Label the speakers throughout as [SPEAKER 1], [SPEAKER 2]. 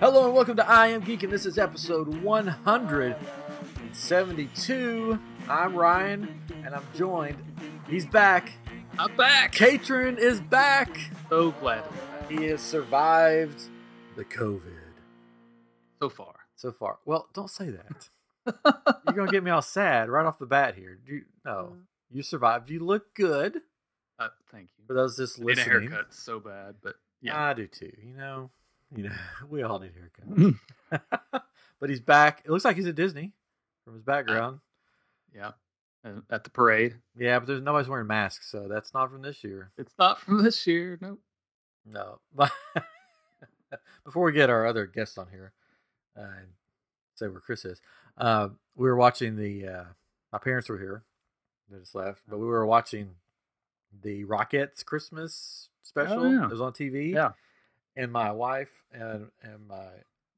[SPEAKER 1] Hello and welcome to I Am Geek, and this is episode 172. I'm Ryan, and I'm joined. He's back.
[SPEAKER 2] I'm back.
[SPEAKER 1] Katrin is back.
[SPEAKER 2] So glad to be back
[SPEAKER 1] He has survived the COVID
[SPEAKER 2] so far. Uh,
[SPEAKER 1] so far. Well, don't say that. You're gonna get me all sad right off the bat here. Do you, no, you survived. You look good.
[SPEAKER 2] Uh, thank you.
[SPEAKER 1] For those just
[SPEAKER 2] I need a
[SPEAKER 1] listening,
[SPEAKER 2] haircut so bad, but yeah.
[SPEAKER 1] I do too. You know, you know, we all need haircuts. but he's back. It looks like he's at Disney from his background.
[SPEAKER 2] yeah. And at the parade.
[SPEAKER 1] Yeah, but there's nobody's wearing masks, so that's not from this year.
[SPEAKER 2] It's not from this year. Nope.
[SPEAKER 1] No. But before we get our other guest on here, uh, and say where Chris is, uh, we were watching the. Uh, my parents were here; they just left, but we
[SPEAKER 2] Oh.
[SPEAKER 1] were watching the Rockets Christmas special.
[SPEAKER 2] Oh, yeah.
[SPEAKER 1] It was on TV.
[SPEAKER 2] Yeah.
[SPEAKER 1] and my wife and and my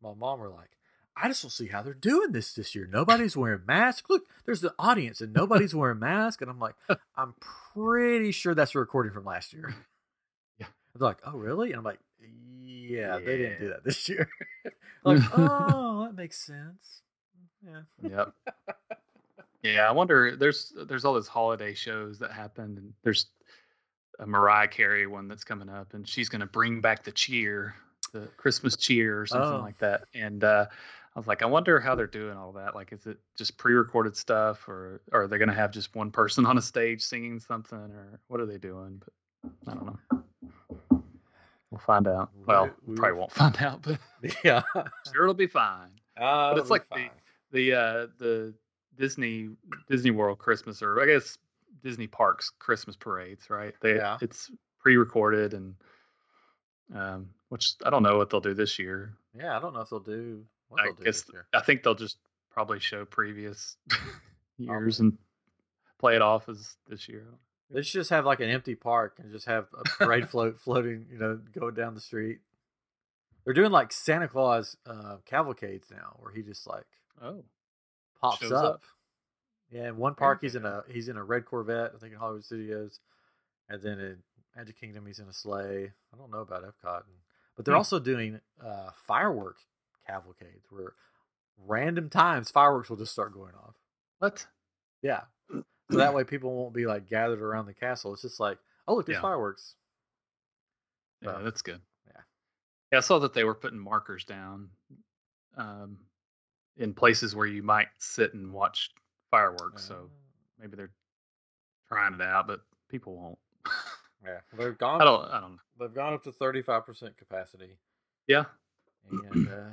[SPEAKER 1] my mom were like. I just don't see how they're doing this this year. Nobody's wearing masks. Look, there's the audience and nobody's wearing masks. And I'm like, I'm pretty sure that's a recording from last year.
[SPEAKER 2] Yeah.
[SPEAKER 1] They're like, oh, really? And I'm like, yeah, they didn't do
[SPEAKER 2] Yeah.
[SPEAKER 1] that this year. like, oh, that makes sense. Yeah.
[SPEAKER 2] Yep. yeah, I wonder. There's there's all those holiday shows that happened, and there's a Mariah Carey one that's coming up, and she's gonna bring back the cheer, the Christmas cheer or something
[SPEAKER 1] Oh.
[SPEAKER 2] like that. And uh, I was like, I wonder how they're doing all that. Like, is it just pre-recorded stuff, or, or are they gonna have just one person on a stage singing something, or what are they doing? But I don't know. We'll find out.
[SPEAKER 1] We-
[SPEAKER 2] Well,
[SPEAKER 1] we-
[SPEAKER 2] probably won't find out, but
[SPEAKER 1] Yeah.
[SPEAKER 2] sure it'll be fine
[SPEAKER 1] Uh,
[SPEAKER 2] it's like the- the uh the Disney Disney World Christmas or I guess Disney Parks Christmas parades, right? They
[SPEAKER 1] Yeah.
[SPEAKER 2] it's pre-recorded and um which I don't know what they'll do this year.
[SPEAKER 1] Yeah, I don't know if they'll do what
[SPEAKER 2] I
[SPEAKER 1] they'll do
[SPEAKER 2] guess-
[SPEAKER 1] this year.
[SPEAKER 2] I think they'll just probably show previous
[SPEAKER 1] Oh.
[SPEAKER 2] years and play it off as this year.
[SPEAKER 1] They should just have like an empty park and just have a parade float floating, you know, going down the street. They're doing like Santa Claus uh, cavalcades now, where he just like
[SPEAKER 2] Oh.
[SPEAKER 1] pops
[SPEAKER 2] Shows
[SPEAKER 1] up.
[SPEAKER 2] up.
[SPEAKER 1] Yeah, in one park
[SPEAKER 2] Yeah.
[SPEAKER 1] he's in a he's in a red Corvette, I think in Hollywood Studios, and then in Magic Kingdom he's in a sleigh. I don't know about Epcot, and, but they're
[SPEAKER 2] Hmm.
[SPEAKER 1] also doing uh, firework cavalcades where random times fireworks will just start going off.
[SPEAKER 2] What?
[SPEAKER 1] Yeah, so that way people won't be like gathered around the castle. It's just like, oh look, there's
[SPEAKER 2] Yeah.
[SPEAKER 1] fireworks.
[SPEAKER 2] Yeah,
[SPEAKER 1] Oh.
[SPEAKER 2] that's good.
[SPEAKER 1] Yeah.
[SPEAKER 2] Yeah, I saw that they were putting markers down um, in places where you might sit and watch fireworks. So maybe they're trying it out, but people won't.
[SPEAKER 1] Uh, yeah, they've gone.
[SPEAKER 2] I don't. I don't. know.
[SPEAKER 1] They've gone up to thirty five percent capacity.
[SPEAKER 2] Yeah.
[SPEAKER 1] and uh,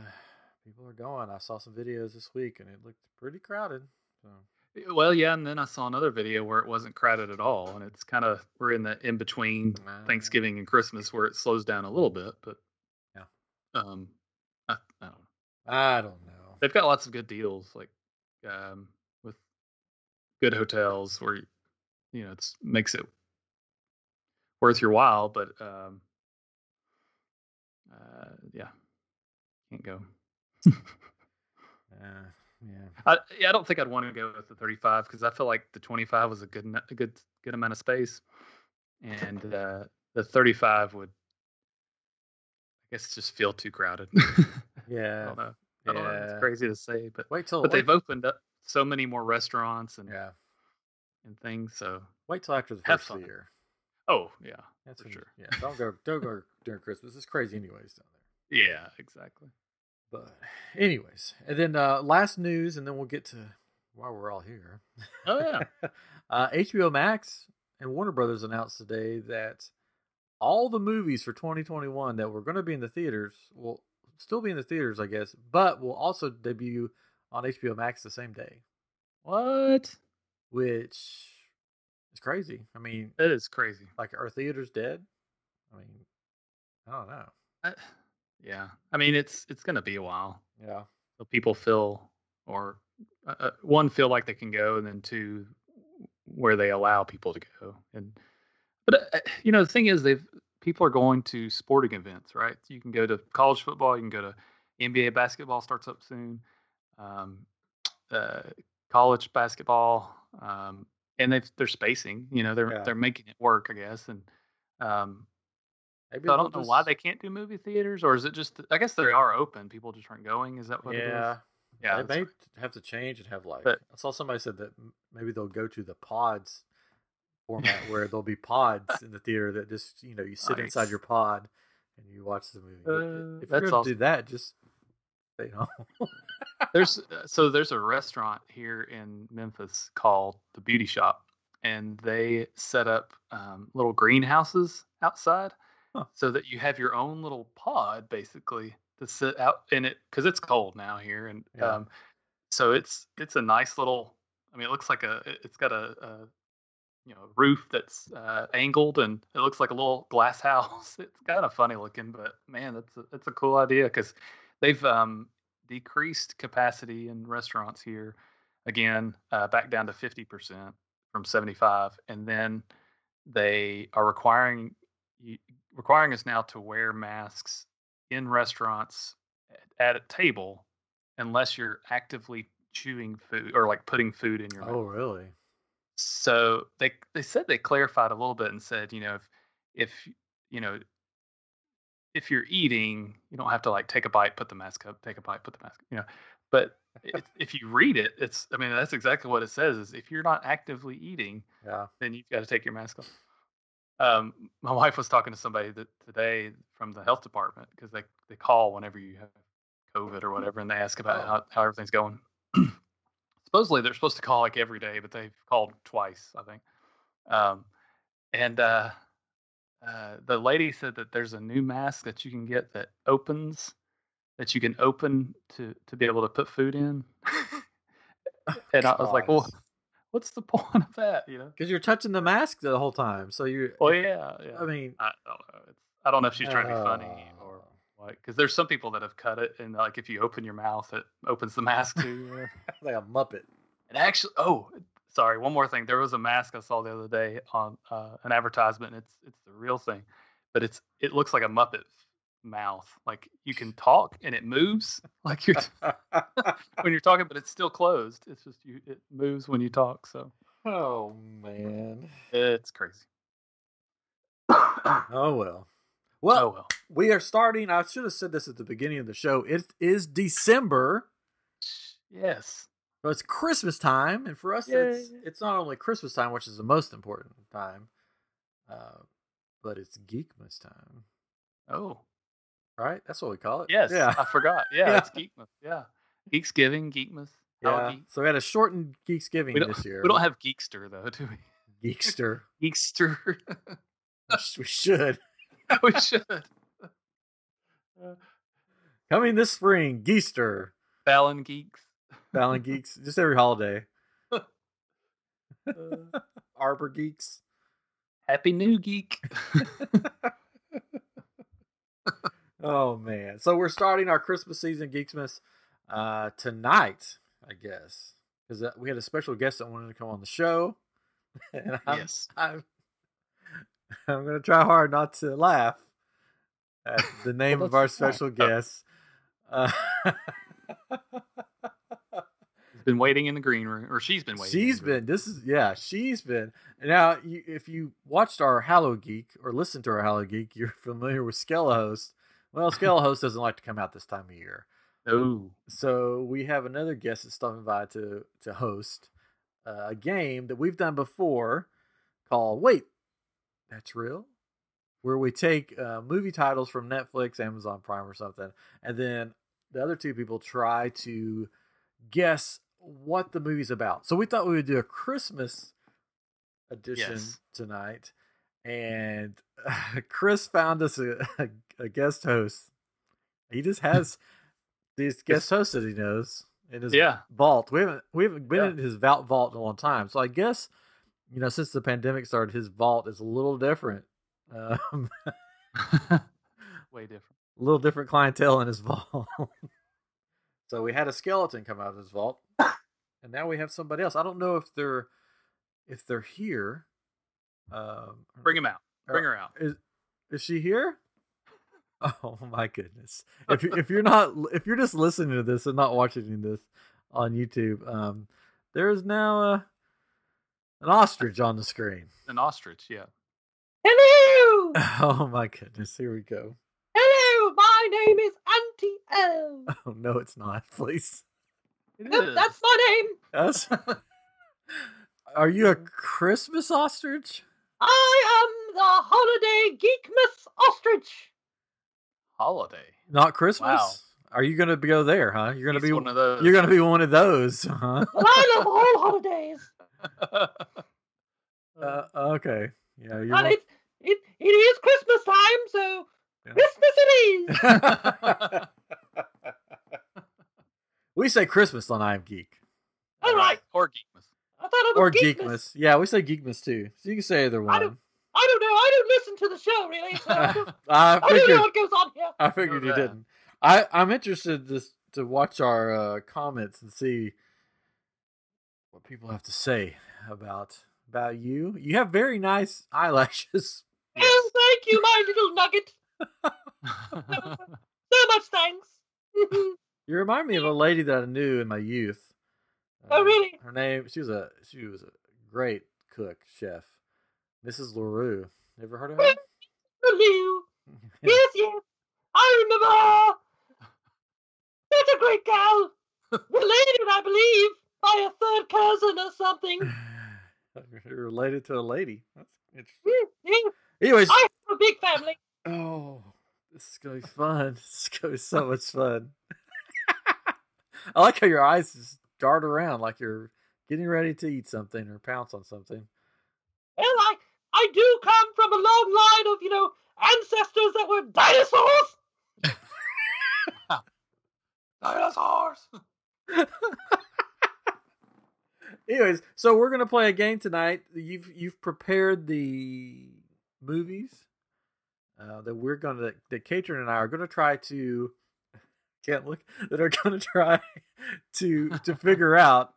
[SPEAKER 1] people are going. I saw some videos this week, and it looked pretty crowded. So
[SPEAKER 2] Eh, Well, yeah, and then I saw another video where it wasn't crowded at all, and it's kind of we're in the in between
[SPEAKER 1] uh,
[SPEAKER 2] Thanksgiving and Christmas where it slows down a little bit, but
[SPEAKER 1] Yeah.
[SPEAKER 2] um, I, I don't know.
[SPEAKER 1] I don't know.
[SPEAKER 2] They've got lots of good deals, like um, with good hotels where you- you know it's makes it worth your while, but um, uh, yeah, can't go.
[SPEAKER 1] Uh, yeah,
[SPEAKER 2] I, yeah, I don't think I'd want to go with the 35 because I feel like the 25 was a good eno- a good good amount of space, and uh, the 35 would, I guess, just feel too crowded. I
[SPEAKER 1] yeah,
[SPEAKER 2] don't know. I don't know.
[SPEAKER 1] Yeah.
[SPEAKER 2] It's crazy to say, but
[SPEAKER 1] Wait till
[SPEAKER 2] but
[SPEAKER 1] wait,
[SPEAKER 2] they've opened up so many more restaurants and
[SPEAKER 1] yeah.
[SPEAKER 2] and things. So
[SPEAKER 1] Wait till after the
[SPEAKER 2] Have
[SPEAKER 1] first of the
[SPEAKER 2] fun.
[SPEAKER 1] year.
[SPEAKER 2] oh yeah,
[SPEAKER 1] That's
[SPEAKER 2] For
[SPEAKER 1] when you-
[SPEAKER 2] sure.
[SPEAKER 1] Yeah, don't go. Don't go during Christmas. It's crazy, anyways, down there.
[SPEAKER 2] yeah, exactly.
[SPEAKER 1] But anyways, and then uh, last news, and then we'll get to why we're all here.
[SPEAKER 2] Oh yeah,
[SPEAKER 1] uh, HBO Max and Warner Brothers announced today that all the movies for 2021 that were going to be in the theaters will still be in the theaters, I guess, but will also debut on HBO Max the same day,
[SPEAKER 2] what?
[SPEAKER 1] which is crazy. I mean,
[SPEAKER 2] That is crazy.
[SPEAKER 1] like, are theaters dead? I mean, I don't know.
[SPEAKER 2] I, yeah, I mean it's it's gonna be a while.
[SPEAKER 1] Yeah.
[SPEAKER 2] so people feel or uh, uh, one feel like they can go and then two where they allow people to go and but uh, you know the thing is they've people are going to sporting events right you can go to college football you can go to nba basketball starts up soon um, uh, college basketball um, and they've, they're spacing you know they're
[SPEAKER 1] Yeah.
[SPEAKER 2] they're making it work i guess and um,
[SPEAKER 1] Maybe
[SPEAKER 2] So I
[SPEAKER 1] they'll
[SPEAKER 2] don't know why
[SPEAKER 1] just-
[SPEAKER 2] they can't do movie theaters, or is it just? I guess they are open. People just aren't going. Is that what it is?
[SPEAKER 1] Yeah,
[SPEAKER 2] Yeah.
[SPEAKER 1] they
[SPEAKER 2] that's-
[SPEAKER 1] may have to change and have like.
[SPEAKER 2] But-
[SPEAKER 1] I saw somebody said that m- maybe they'll go to the pods format where there'll be pods in the theater that just you know you sit inside
[SPEAKER 2] Nice.
[SPEAKER 1] your pod and you watch the movie. But
[SPEAKER 2] Uh,
[SPEAKER 1] if
[SPEAKER 2] that's
[SPEAKER 1] you're gonna do
[SPEAKER 2] awesome.
[SPEAKER 1] that, just stay home.
[SPEAKER 2] there's uh, so there's a restaurant here in Memphis called the Beauty Shop, and they set up um, little greenhouses outside,
[SPEAKER 1] Huh.
[SPEAKER 2] so that you have your own little pod basically to sit out in it because it's cold now here, and
[SPEAKER 1] Yeah.
[SPEAKER 2] um, so it's it's a nice little. I mean, it looks like a it- it's got a, a you know roof that's uh, angled and it looks like a little glass house. It's kind of funny looking, but man, that's a, that's a cool idea because they've um, decreased capacity in restaurants here again uh, back down to 50% from 75 and then they are requiring you- requiring us now to wear masks in restaurants at a table unless you're actively chewing food or like putting food in your mouth
[SPEAKER 1] Oh, really?
[SPEAKER 2] so they they said they clarified a little bit and said you know if if you know if you're eating you don't have to like take a bite put the mask up take a bite put the mask you know but if, if you read it it's i mean that's exactly what it says is if you're not actively eating
[SPEAKER 1] Yeah.
[SPEAKER 2] then you've got to take your mask off um, my wife was talking to somebody that today from the health department because they, they call whenever you have covid or whatever and they ask about
[SPEAKER 1] Oh.
[SPEAKER 2] how, how everything's going supposedly they're supposed to call like every day, but they've called twice, I think. Um, and uh, uh, the lady said that there's a new mask that you can get that opens, that you can open to to be able to put food in. and I was like, well, what's the point of that? You know?
[SPEAKER 1] because you're touching the mask the whole time, so you.
[SPEAKER 2] Oh yeah, yeah.
[SPEAKER 1] I mean,
[SPEAKER 2] I don't know. It's, I don't know if she's trying to be funny or
[SPEAKER 1] uh,
[SPEAKER 2] what, because there's some people that have cut it, and like if you open your mouth, it opens the mask too. you know?
[SPEAKER 1] like a muppet.
[SPEAKER 2] And actually, oh, sorry, one more thing. There was a mask I saw the other day on uh, an advertisement, and it's it's the real thing, but it's it looks like a Muppet mouth. Like you can talk and it moves, like you're when you're talking, but it's still closed. It's just you it moves when you talk. So
[SPEAKER 1] oh man.
[SPEAKER 2] it's crazy. oh
[SPEAKER 1] Oh well. Well,
[SPEAKER 2] well,
[SPEAKER 1] we are starting. I should have said this at the beginning of the show. It is December.
[SPEAKER 2] yes,
[SPEAKER 1] So it's Christmas time, and for us, it's
[SPEAKER 2] Yay.
[SPEAKER 1] it's not only Christmas time, which is the most important time, uh, but it's Geekmas time,
[SPEAKER 2] oh
[SPEAKER 1] right? That's what we call it.
[SPEAKER 2] yes,
[SPEAKER 1] Yeah.
[SPEAKER 2] I forgot. Yeah,
[SPEAKER 1] Yeah.
[SPEAKER 2] it's Geekmas. Yeah, Geeksgiving, Geekmas. How
[SPEAKER 1] Yeah.
[SPEAKER 2] Geek.
[SPEAKER 1] So we had a shortened Geeksgiving
[SPEAKER 2] We don't-
[SPEAKER 1] this year.
[SPEAKER 2] We don't have Geekster though, do we?
[SPEAKER 1] Geekster.
[SPEAKER 2] Geekster.
[SPEAKER 1] we should.
[SPEAKER 2] we should.
[SPEAKER 1] Uh, Coming this spring, Geekster.
[SPEAKER 2] Fallon geeks.
[SPEAKER 1] Fallon Geeks, just every holiday.
[SPEAKER 2] Uh,
[SPEAKER 1] Arbor Geeks.
[SPEAKER 2] happy new geek.
[SPEAKER 1] Oh man! So we're starting our Christmas season, Geeksmas, uh, tonight, I guess, because we had a special guest that wanted to come on the show, and I'm,
[SPEAKER 2] yes.
[SPEAKER 1] I'm, I'm gonna try hard not to laugh at the name of our
[SPEAKER 2] that's fine.
[SPEAKER 1] special guest. Uh,
[SPEAKER 2] He's been waiting in the green room, or she's been waiting. in
[SPEAKER 1] she's
[SPEAKER 2] the green
[SPEAKER 1] been. This is yeah. She's been. Now, you, if you watched our Hallow Geek or listened to our Hallow Geek, you're familiar with Skelehost. Well, Skelehost doesn't like to come out this time of year.
[SPEAKER 2] room. Oh,
[SPEAKER 1] so we have another guest that's stopping by to to host uh, a game that we've done before called wait that's real where we take uh, movie titles from netflix amazon prime or something and then the other two people try to guess what the movie's about so we thought we would do a christmas edition
[SPEAKER 2] Yes.
[SPEAKER 1] tonight and chris found us a, a, a guest host he just
[SPEAKER 2] Hmm.
[SPEAKER 1] has these guest hosts that he knows in his
[SPEAKER 2] Oh, yeah.
[SPEAKER 1] vault. We haven't we haven't been
[SPEAKER 2] Yeah.
[SPEAKER 1] in his vault vault in a long time. So I guess you know since the pandemic started, his vault is a little different. Um,
[SPEAKER 2] Way different.
[SPEAKER 1] a little different clientele in his vault. so we had a skeleton come out of his vault, and now we have somebody else. I don't know if they're if they're here. Um,
[SPEAKER 2] Bring him out. Bring her out.
[SPEAKER 1] Is is she here? Oh my goodness! If you- if you're not if you're just listening to this and not watching this on YouTube, um, there is now a, an ostrich on the screen.
[SPEAKER 2] An ostrich. Yeah.
[SPEAKER 1] Hello. Oh my goodness, here we go.
[SPEAKER 3] Hello, my name is Auntie L.
[SPEAKER 1] Oh no, it's not. Please.
[SPEAKER 3] Nope, that's my name.
[SPEAKER 1] That's- Are you
[SPEAKER 2] Um,
[SPEAKER 1] a Christmas ostrich?
[SPEAKER 3] I am the holiday geekmas ostrich.
[SPEAKER 2] holiday.
[SPEAKER 1] Not Christmas. Are you gonna be- go there, huh? You're gonna
[SPEAKER 2] He's
[SPEAKER 1] be
[SPEAKER 2] one of those.
[SPEAKER 1] you're gonna be one of those, huh?
[SPEAKER 3] Well, I love all holidays.
[SPEAKER 1] Uh, okay. Yeah, you're.
[SPEAKER 3] And it, it, it is Christmas time, so
[SPEAKER 1] Yeah.
[SPEAKER 3] Christmas it is.
[SPEAKER 1] wel- we say Christmas on I'm Geek
[SPEAKER 3] All right.
[SPEAKER 2] Or geekmas.
[SPEAKER 3] I thought I was
[SPEAKER 1] or
[SPEAKER 3] Oh, geekmas.
[SPEAKER 1] Geekmas. Yeah, we say Geekmas too. So you can say either
[SPEAKER 3] I don't-
[SPEAKER 1] one.
[SPEAKER 3] I don't know. I don't listen to the show really, so I don't,
[SPEAKER 1] I
[SPEAKER 3] I don't
[SPEAKER 1] figured
[SPEAKER 3] know what goes on here.
[SPEAKER 1] I figured you
[SPEAKER 2] that.
[SPEAKER 1] didn't. I I'm interested to to watch our uh, comments and see what people have to say about about you. You have very nice eyelashes.
[SPEAKER 3] Oh, thank you, my little nugget. So much thanks.
[SPEAKER 1] You remind me of a lady that I knew in my youth. Uh,
[SPEAKER 3] Oh, really?
[SPEAKER 1] Her name she was a she was a great cook chef, Mrs. Larue. Ever heard of her?
[SPEAKER 3] Hello. Yes, yes. I remember her. That's a great gal. Related, I believe, by a third cousin or something.
[SPEAKER 1] You're related to a lady. That's interesting.
[SPEAKER 3] Mm, yeah,
[SPEAKER 1] Anyways,
[SPEAKER 3] I have a big family.
[SPEAKER 1] Oh, this is gonna be fun. This is gonna be so much fun. I like how your eyes just dart around like you're getting ready to eat something or pounce on something.
[SPEAKER 3] Well, I, I do come from a long line of, you know, ancestors that were dinosaurs.
[SPEAKER 2] Dinosaurs.
[SPEAKER 1] Anyways, so we're gonna play a game tonight. You've you've prepared the movies uh, that we're gonna that Katrin and I are gonna try to can't look that are gonna try to to figure out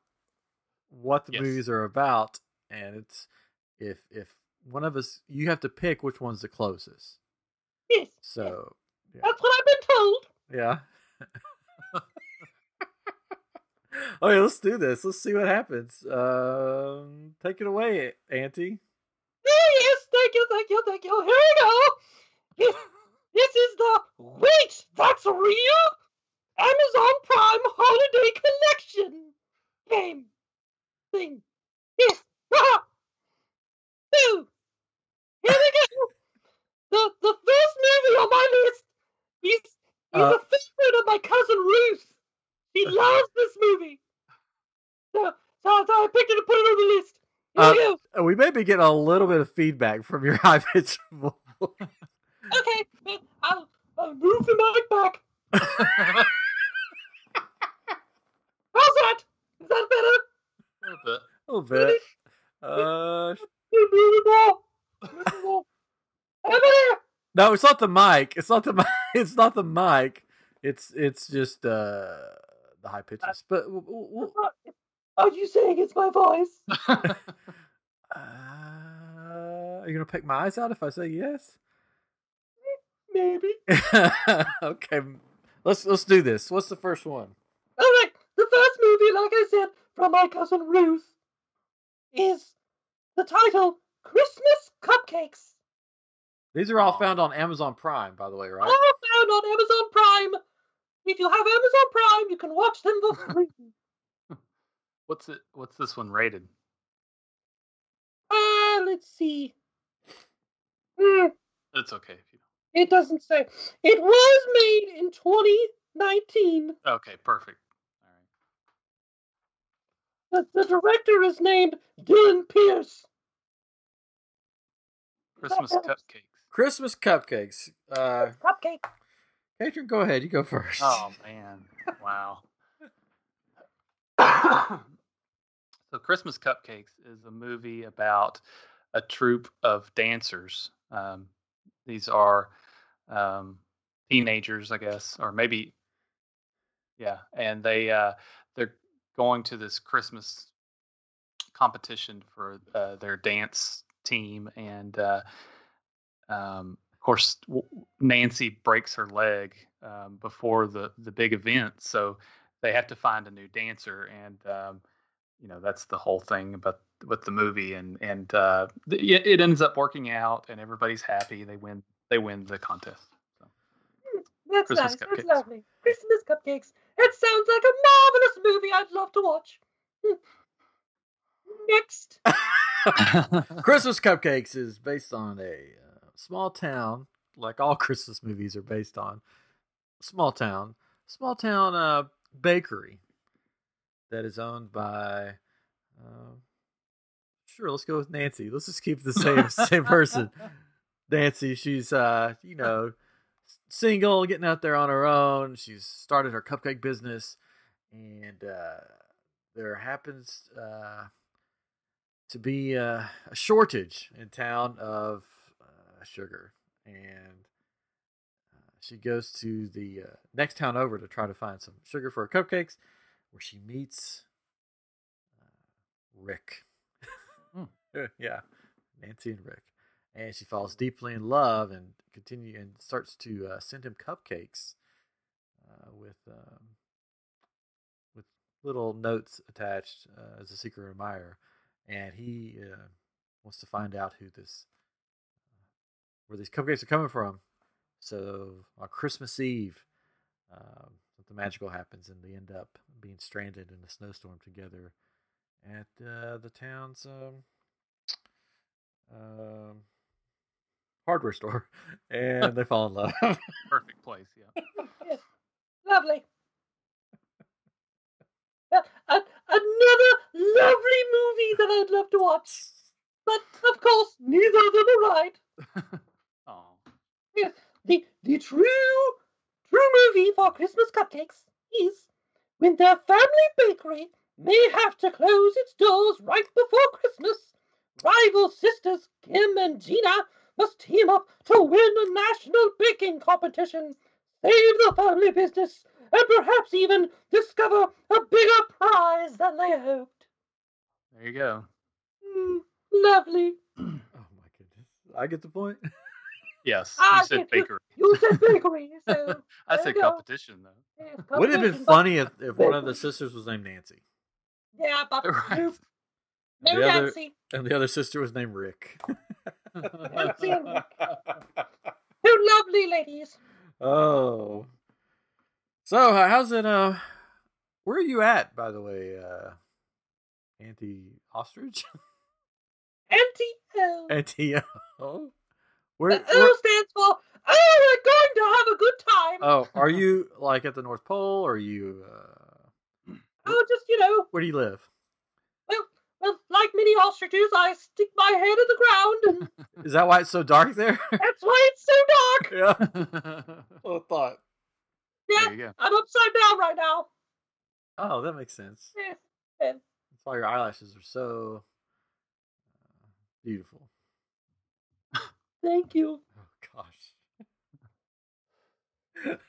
[SPEAKER 1] what the
[SPEAKER 2] Yes.
[SPEAKER 1] movies are about, and it's if if one of us you have to pick which one's the closest.
[SPEAKER 3] Yes,
[SPEAKER 1] So
[SPEAKER 3] that's what I've been told.
[SPEAKER 1] yeah. okay, let's do this. Let's see what happens. Um, take it away, Auntie.
[SPEAKER 3] Oh, yes, thank you, thank you, thank you. Here we go. This is the Wait, That's Real Amazon Prime Holiday Collection game thing. Yes. so, here we go. The, the first movie on my list is, is
[SPEAKER 1] Uh.
[SPEAKER 3] a favorite of my cousin Ruth. She loves this movie. So, so, so I picked it and put it on the list. Here we go.
[SPEAKER 1] Uh, We may be getting a little bit of feedback from your high pitched voice.
[SPEAKER 3] Okay, then I'll, I'll move the mic back. How's that? Is that better?
[SPEAKER 1] a little bit. Uh,
[SPEAKER 3] You move it more. Move it more. Over there.
[SPEAKER 1] no, it's not the mic. It's not the mic. It's not the mic. It's it's just uh the high pitches. But w- w- w-
[SPEAKER 3] Are you saying it's my voice?
[SPEAKER 1] uh, are you gonna pick my eyes out if I say yes?
[SPEAKER 3] Maybe.
[SPEAKER 1] okay, let's let's do this. What's the first one?
[SPEAKER 3] All right. The first movie, like I said, from my cousin Ruth, is the title "Christmas Cupcakes."
[SPEAKER 1] These are all
[SPEAKER 2] Aw.
[SPEAKER 1] found on Amazon Prime, by the way, right?
[SPEAKER 3] All found on Amazon Prime. If you have Amazon Prime, you can watch them for free.
[SPEAKER 2] What's it? What's this one rated?
[SPEAKER 3] uh, let's see. Hmm.
[SPEAKER 2] It's okay. If you
[SPEAKER 3] It doesn't say. It was made in 2019.
[SPEAKER 2] Okay, perfect. All right.
[SPEAKER 3] The, the director is named Dylan Pierce.
[SPEAKER 2] Christmas
[SPEAKER 3] Cupcakes.
[SPEAKER 2] cupcakes.
[SPEAKER 1] Christmas cupcakes. Uh,
[SPEAKER 3] Cupcake.
[SPEAKER 1] Adrian, go ahead. You go first.
[SPEAKER 2] Oh man! Wow. so, Christmas Cupcakes is a movie about a troupe of dancers. Um, these are um, teenagers, I guess, or maybe, yeah. And they uh, they're going to this Christmas competition for uh, their dance team, and uh, um, of course, w- Nancy breaks her leg um, before the the big event, so they have to find a new dancer, and um, you know that's the whole thing about with the movie, and and uh, th- yeah, it ends up working out, and everybody's happy. They win. They win the contest.
[SPEAKER 3] That's
[SPEAKER 2] Christmas
[SPEAKER 3] nice.
[SPEAKER 2] cupcakes.
[SPEAKER 3] That's lovely. Christmas cupcakes. It sounds like a marvelous movie. I'd love to watch. Hmm. Next.
[SPEAKER 1] Christmas Cupcakes is based on a uh, small town, like all Christmas movies are based on. Small town, small town uh, bakery that is owned by. Uh, sure, let's go with Nancy. Let's just keep the same same person. Nancy, she's uh, you know, single, getting out there on her own. She's started her cupcake business, and uh, there happens. Uh, to be uh, a shortage in town of uh, sugar, and uh, she goes to the uh, next town over to try to find some sugar for her cupcakes, where she meets uh, Rick.
[SPEAKER 2] Hmm.
[SPEAKER 1] yeah, Nancy and Rick, and she falls deeply in love and continue and starts to uh, send him cupcakes uh, with um, with little notes attached uh, as a secret admirer and he uh, wants to find out who this where these cupcakes are coming from. So on Christmas Eve, um, something magical happens, and they end up being stranded in a snowstorm together at uh, the town's um, um, hardware store, and they fall in love. Oh
[SPEAKER 2] Perfect place. Yeah.
[SPEAKER 3] Yes. Lovely. Uh, a- another lovely movie that I'd love to watch. But of course, neither of them are right.
[SPEAKER 2] Oh.
[SPEAKER 3] The, the true, true movie for Christmas cupcakes is when their family bakery may have to close its doors right before Christmas. Rival sisters Kim and Gina must team up to win a national baking competition, save the family business, and perhaps even discover a bigger prize than they hoped.
[SPEAKER 2] There you go.
[SPEAKER 3] Mm, lovely.
[SPEAKER 1] oh my goodness! I get the point.
[SPEAKER 2] Yes.
[SPEAKER 3] Ah,
[SPEAKER 2] you said
[SPEAKER 3] get you-
[SPEAKER 2] bakery.
[SPEAKER 3] You said bakery, so.
[SPEAKER 2] I
[SPEAKER 3] there
[SPEAKER 2] said
[SPEAKER 3] you go.
[SPEAKER 2] competition though.
[SPEAKER 3] yeah,
[SPEAKER 1] Would it have
[SPEAKER 3] competition,
[SPEAKER 1] been
[SPEAKER 3] but-
[SPEAKER 1] funny if, if one of the sisters was named Nancy
[SPEAKER 3] Yeah, but
[SPEAKER 2] Right.
[SPEAKER 3] no
[SPEAKER 1] The other-
[SPEAKER 3] Nancy.
[SPEAKER 1] and the other sister was named Rick?
[SPEAKER 3] Nancy and Rick. Oh, lovely ladies.
[SPEAKER 1] Oh. So uh, how's it? Uh, where are you at, by the way, uh, Auntie Ostrich?
[SPEAKER 3] Auntie O.
[SPEAKER 1] Auntie O. Where,
[SPEAKER 3] The
[SPEAKER 1] where?
[SPEAKER 3] O stands for Oh, we're going to have a good time.
[SPEAKER 1] Oh, are you like at the North Pole? Or are you? Uh,
[SPEAKER 3] oh, just you know,
[SPEAKER 1] where do you live?
[SPEAKER 3] well, like many ostriches, I stick my head in the ground, and
[SPEAKER 1] Is that why it's so dark there?
[SPEAKER 3] that's why it's so dark.
[SPEAKER 1] yeah.
[SPEAKER 2] there
[SPEAKER 1] Well thought.
[SPEAKER 3] Yeah,
[SPEAKER 2] you go.
[SPEAKER 3] I'm upside down right now. Eh,
[SPEAKER 1] Oh, that makes sense.
[SPEAKER 3] Yeah.
[SPEAKER 1] That's why your eyelashes are so uh, beautiful.
[SPEAKER 3] Thank you.
[SPEAKER 1] Oh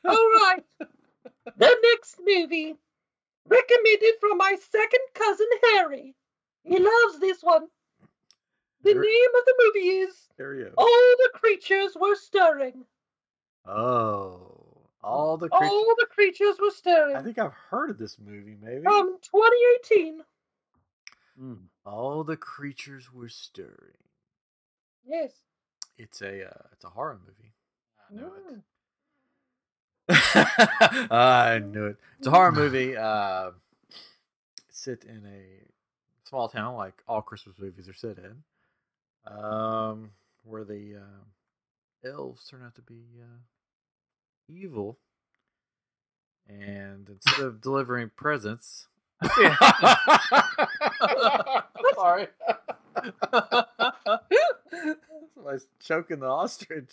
[SPEAKER 3] All
[SPEAKER 1] gosh.
[SPEAKER 3] right. The next movie, recommended from my second cousin Harry. He loves this one. The
[SPEAKER 1] Very-
[SPEAKER 3] name of the movie is
[SPEAKER 1] There you go.
[SPEAKER 3] All the creatures were stirring.
[SPEAKER 1] Oh, all the creatures.
[SPEAKER 3] All the creatures were
[SPEAKER 1] I
[SPEAKER 3] stirring.
[SPEAKER 1] think I've heard of this movie, maybe.
[SPEAKER 3] From 2018.
[SPEAKER 2] Mm.
[SPEAKER 1] all the creatures were stirring.
[SPEAKER 3] Yes.
[SPEAKER 1] It's a uh, it's a horror movie.
[SPEAKER 2] I know it.
[SPEAKER 3] Mm.
[SPEAKER 1] I knew it. It's a horror movie. Uh, set in a small town, like all Christmas movies are set in, um, where the uh, elves turn out to be uh, evil, and instead of delivering presents, sorry. Somebody's choking the ostrich.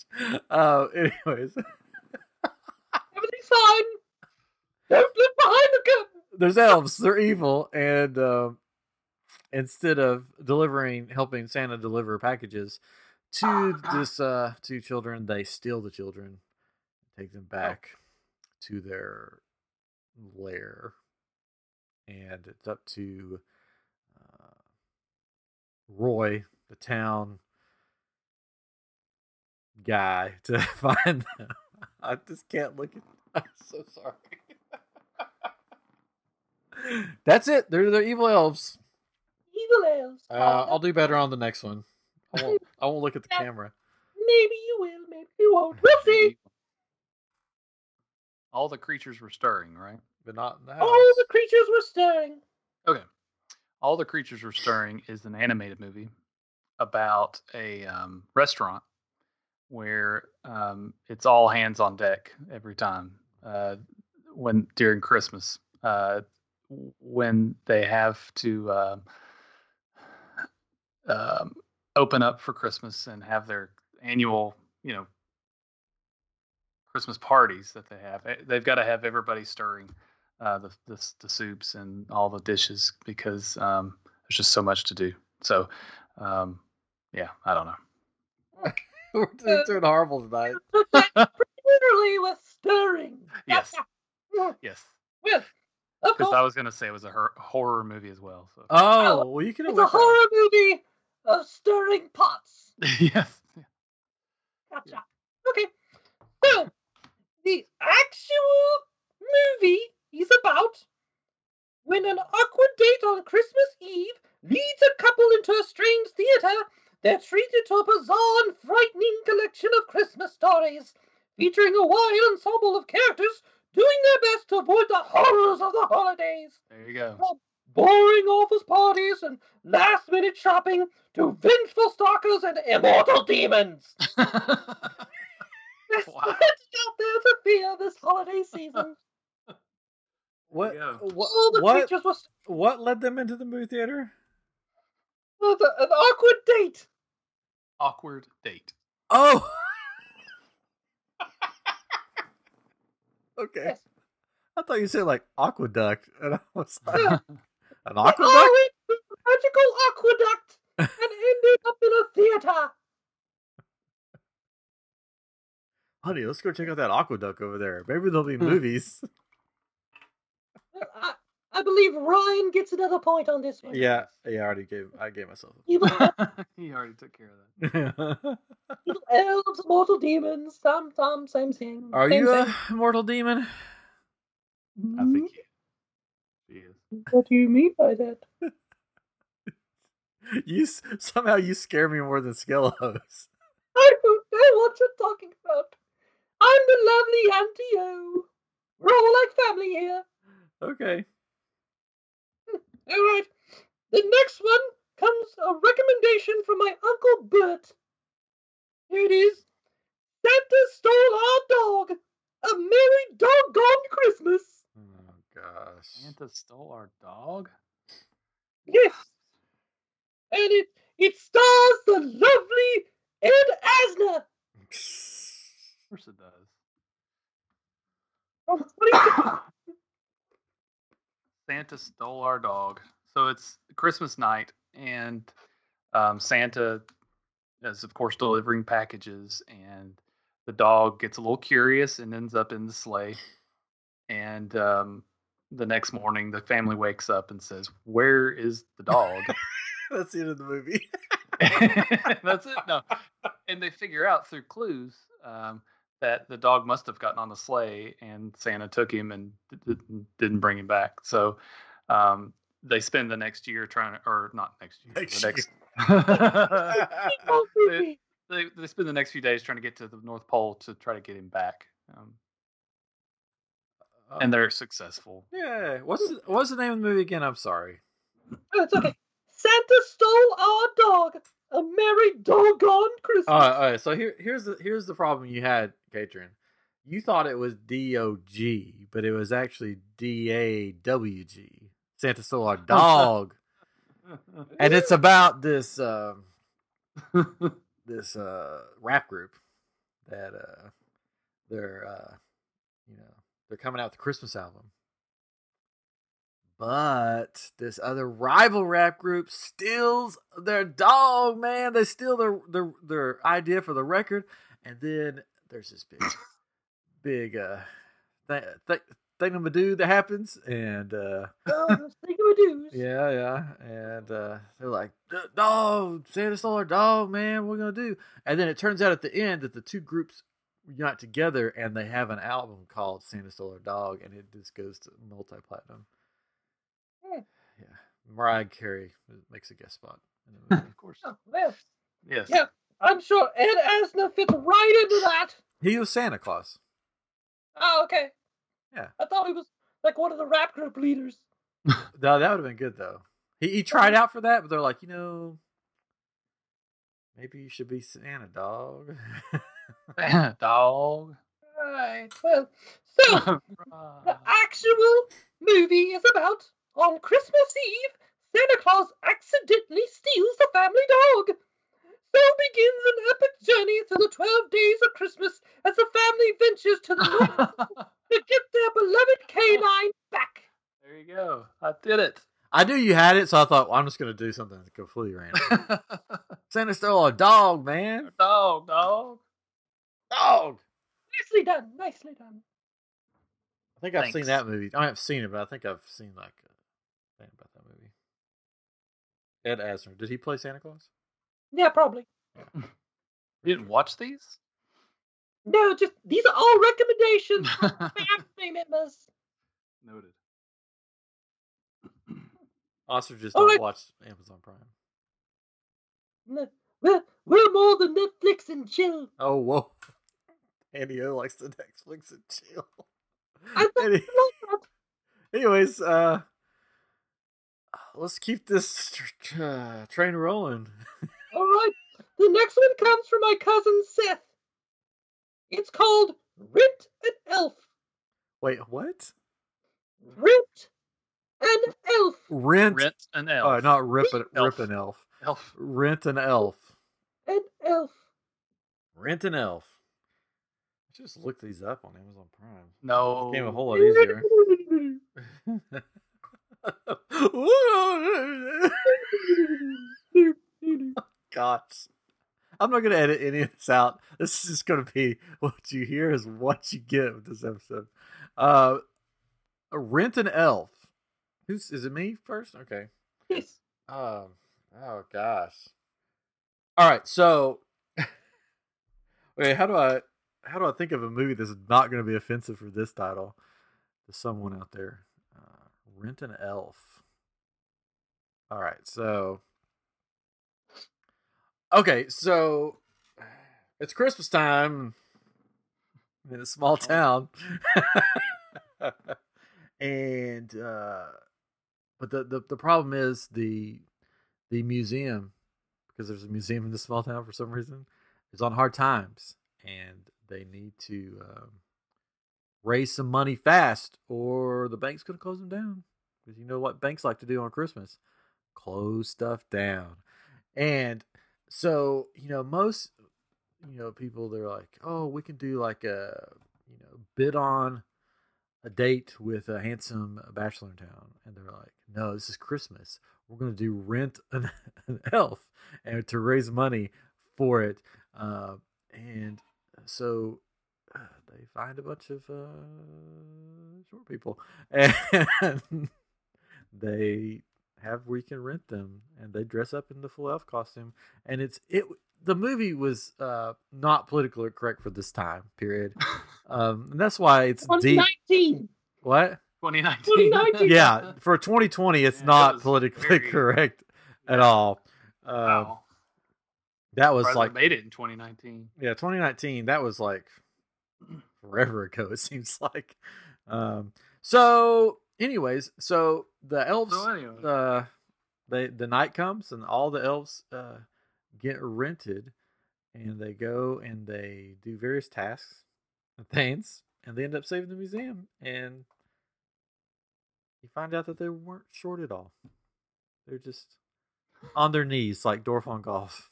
[SPEAKER 1] Uh, anyways,
[SPEAKER 3] Everything's fine. Don't look behind the curtain.
[SPEAKER 1] there's elves. They're evil, and um instead of delivering, helping Santa deliver packages to this uh, to children, they steal the children, take them back to their lair, and it's up to uh, Roy, the town guy, to find them. I just can't look at. I'm so sorry. That's it. They're they're evil elves.
[SPEAKER 3] evil elves.
[SPEAKER 1] Uh,
[SPEAKER 3] Oh,
[SPEAKER 1] I'll do better on the next one. I won't, I won't look at the
[SPEAKER 3] Yeah.
[SPEAKER 1] camera.
[SPEAKER 3] Maybe you will, maybe you won't. We'll see.
[SPEAKER 2] All the creatures were stirring, right?
[SPEAKER 1] But not in the house.
[SPEAKER 3] All the creatures were stirring.
[SPEAKER 2] Okay. All the creatures were stirring is an animated movie about a um, restaurant where um, it's all hands on deck every time uh, when during Christmas uh, w- when they have to um um, open up for Christmas and have their annual you know Christmas parties that they have. Eh, They've got to have everybody stirring uh, the, the s- the soups and all the dishes because um, there's just so much to do. So, um, yeah, I don't know.
[SPEAKER 1] We're doing- doing horrible tonight.
[SPEAKER 3] Literally was stirring.
[SPEAKER 2] Yes,
[SPEAKER 3] well,
[SPEAKER 2] yes,
[SPEAKER 3] of
[SPEAKER 2] because
[SPEAKER 3] course,
[SPEAKER 2] I was gonna say it was a hor- horror movie as well. So.
[SPEAKER 1] Oh, well, you could have
[SPEAKER 3] it's a
[SPEAKER 1] went there.
[SPEAKER 3] horror movie of stirring pots.
[SPEAKER 2] yes,
[SPEAKER 3] Gotcha. Okay. So the actual movie is about when an awkward date on Christmas Eve leads a couple into a strange theater. They're treated to a bizarre and frightening collection of Christmas stories, featuring a wide ensemble of characters doing their best to avoid the horrors of the holidays
[SPEAKER 2] there you go.
[SPEAKER 3] boring office parties and last minute shopping to vengeful stalkers and immortal demons. There's
[SPEAKER 2] Wow.
[SPEAKER 3] much out there to fear this holiday season.
[SPEAKER 1] What,
[SPEAKER 2] Yeah.
[SPEAKER 3] All the
[SPEAKER 1] what, what,
[SPEAKER 3] creatures were
[SPEAKER 1] what led them into the movie theater?
[SPEAKER 3] with an awkward date.
[SPEAKER 2] Awkward date.
[SPEAKER 1] Oh! okay.
[SPEAKER 3] Yes.
[SPEAKER 1] I thought you said like aqueduct, and I was like,
[SPEAKER 3] Yeah. Oh,
[SPEAKER 1] an
[SPEAKER 3] They
[SPEAKER 1] aqueduct?
[SPEAKER 3] all went to the magical aqueduct and ended up in a theater.
[SPEAKER 1] Honey, let's go check out that aqueduct over there. Maybe there'll
[SPEAKER 3] Hmm.
[SPEAKER 1] be movies.
[SPEAKER 3] I, I believe Ryan gets another point on this one.
[SPEAKER 1] yeah, yeah. I already gave. I gave myself.
[SPEAKER 3] Evil,
[SPEAKER 2] he already took care of that.
[SPEAKER 1] a-
[SPEAKER 3] evil elves, mortal demons, some, some, same thing.
[SPEAKER 1] Are
[SPEAKER 3] same
[SPEAKER 1] you
[SPEAKER 3] thing.
[SPEAKER 1] a mortal demon?
[SPEAKER 2] I think he, he is.
[SPEAKER 3] Hmm, What do you mean by that?
[SPEAKER 1] You s- somehow you scare me more than Skelos.
[SPEAKER 3] I don't know what you're talking about. I'm the lovely Auntie O. We're all like family here.
[SPEAKER 1] Okay.
[SPEAKER 3] Alright. The next one comes a recommendation from my Uncle Bert. Here it is. Santa stole our dog. A merry doggone Christmas.
[SPEAKER 1] Oh gosh.
[SPEAKER 2] Santa stole our dog.
[SPEAKER 3] Yes. And it it stars the lovely Ed Asner
[SPEAKER 2] Of course it does.
[SPEAKER 3] from 2015.
[SPEAKER 2] Santa stole our dog. So it's Christmas night, and um, Santa is, of course, delivering packages, and the dog gets a little curious and ends up in the sleigh. And um, the next morning, the family wakes up and says, "Where is the dog?"
[SPEAKER 1] That's the end of the movie.
[SPEAKER 2] That's it. No, and they figure out through clues um, that the dog must have gotten on the sleigh, and Santa took him and d- d- didn't bring him back. So um, they spend the next year trying to, or not next year,
[SPEAKER 1] Next
[SPEAKER 2] the next.
[SPEAKER 3] Oh,
[SPEAKER 2] they, they, they spend the next few days trying to get to the North Pole to try to get him back, um,
[SPEAKER 1] Oh.
[SPEAKER 2] and they're successful.
[SPEAKER 1] yeah. What's the, what's the name of the movie again? I'm sorry.
[SPEAKER 3] Oh, it's okay. Santa stole our dog. A merry doggone Christmas.
[SPEAKER 1] All right, all right. Uh, So here, here's the here's the problem you had, Katrin. You thought it was D O G, but it was actually D A W G. Santa stole our dog, and it's about this um, this uh, rap group that uh, they're uh, you know they're coming out with a Christmas album, but this other rival rap group steals their dog. Man, they steal their their their idea for the record, and then there's this big big uh th- th- thingamadood that happens, and uh,
[SPEAKER 3] Um, Stingadoos.
[SPEAKER 1] yeah, yeah. And uh, they're like, "D- dog, Santa stole our dog, man. What are we going to do? And then it turns out at the end that the two groups unite together and they have an album called Santa Stole Our Dog and it just goes to multi platinum.
[SPEAKER 3] Hmm.
[SPEAKER 1] Yeah. Mariah Carey uh, makes a guest spot. in the movie.
[SPEAKER 2] of course.
[SPEAKER 3] Oh, well,
[SPEAKER 2] Yes.
[SPEAKER 3] Yeah. I'm sure Ed Asner fits right into that.
[SPEAKER 1] he was Santa Claus.
[SPEAKER 3] Oh, okay.
[SPEAKER 1] Yeah.
[SPEAKER 3] I thought he was like one of the rap group leaders.
[SPEAKER 1] No, that would have been good though. He he tried out for that, but they're like, you know, maybe you should be Santa, dog.
[SPEAKER 2] Dog.
[SPEAKER 3] Right. Well, so the actual movie is about on Christmas Eve, Santa Claus accidentally steals the family dog. So begins an epic journey through the 12 days of Christmas as the family ventures to the north to get their beloved canine back.
[SPEAKER 2] There you go. I did it.
[SPEAKER 1] I knew you had it, so I thought, well, I'm just gonna do something completely random. Santa stole a dog, man.
[SPEAKER 2] dog, dog.
[SPEAKER 1] Dog.
[SPEAKER 3] Nicely done. Nicely done.
[SPEAKER 1] I think I've seen
[SPEAKER 2] Thanks.
[SPEAKER 1] that movie. I haven't seen it, but I think I've seen like a thing about that movie. Ed Asner. Did he play Santa Claus?
[SPEAKER 3] Yeah, probably.
[SPEAKER 2] You didn't watch these?
[SPEAKER 3] No, just these are all recommendations from family members.
[SPEAKER 2] Noted.
[SPEAKER 1] Oscar just
[SPEAKER 3] Oh,
[SPEAKER 1] don't
[SPEAKER 3] I-
[SPEAKER 1] watch Amazon Prime.
[SPEAKER 3] No, We're, we're more than Netflix and chill.
[SPEAKER 1] Oh whoa. Andy O likes the Netflix and chill.
[SPEAKER 3] I thought
[SPEAKER 1] Any-
[SPEAKER 3] you liked
[SPEAKER 1] anyways, uh let's keep this tr- uh, train rolling.
[SPEAKER 3] that. All right. The next one comes from my cousin Seth. It's called Rent an Elf.
[SPEAKER 1] Wait, what?
[SPEAKER 3] Rent an Elf.
[SPEAKER 1] Rent,
[SPEAKER 2] Rent an elf.
[SPEAKER 1] Uh, not rip an
[SPEAKER 2] Elf.
[SPEAKER 1] rip an elf.
[SPEAKER 2] elf.
[SPEAKER 1] Rent an elf.
[SPEAKER 3] An Elf.
[SPEAKER 1] Rent an elf. I just looked these up on Amazon Prime.
[SPEAKER 2] No.
[SPEAKER 1] Became a whole lot easier. Gosh. I'm not gonna edit any of this out. This is just gonna be what you hear is what you get with this episode. Uh Rent an Elf. Who's is it me first? Okay.
[SPEAKER 3] yes.
[SPEAKER 1] Um oh gosh. All right, so wait, how do I how do I think of a movie that's not gonna be offensive for this title to someone out there? Uh, Rent an Elf. All right, so okay, so it's Christmas time in a small town, and uh, but the, the the problem is the the museum because there's a museum in this small town for some reason is on hard times, and they need to um, raise some money fast, or the bank's going to close them down because you know what banks like to do on Christmas close stuff down. And so, you know, most you know, people they're like, "Oh, we can do like a, you know, bid on a date with a handsome bachelor in town." And they're like, "No, this is Christmas. We're going to do rent an, an elf and to raise money for it." Uh, and so uh, they find a bunch of uh, short people and they have we can rent them and they dress up in the full elf costume and it's it the movie was uh not politically correct for this time period um and that's why it's deep
[SPEAKER 3] 2019.
[SPEAKER 1] what
[SPEAKER 2] 2019.
[SPEAKER 3] 2019.
[SPEAKER 1] yeah uh, for 2020 it's
[SPEAKER 2] Yeah, it
[SPEAKER 1] not
[SPEAKER 2] was
[SPEAKER 1] politically
[SPEAKER 2] very-
[SPEAKER 1] correct at all um
[SPEAKER 2] Wow.
[SPEAKER 1] that was
[SPEAKER 2] Probably
[SPEAKER 1] like
[SPEAKER 2] made it in 2019.
[SPEAKER 1] yeah 2019 that was like forever ago it seems like um so anyways so the elves
[SPEAKER 2] So anyway,
[SPEAKER 1] uh, they the night comes and all the elves uh, get rented, and they go and they do various tasks and things, and they end up saving the museum. And you find out that they weren't short at all; they're just on their knees like Dorf on golf.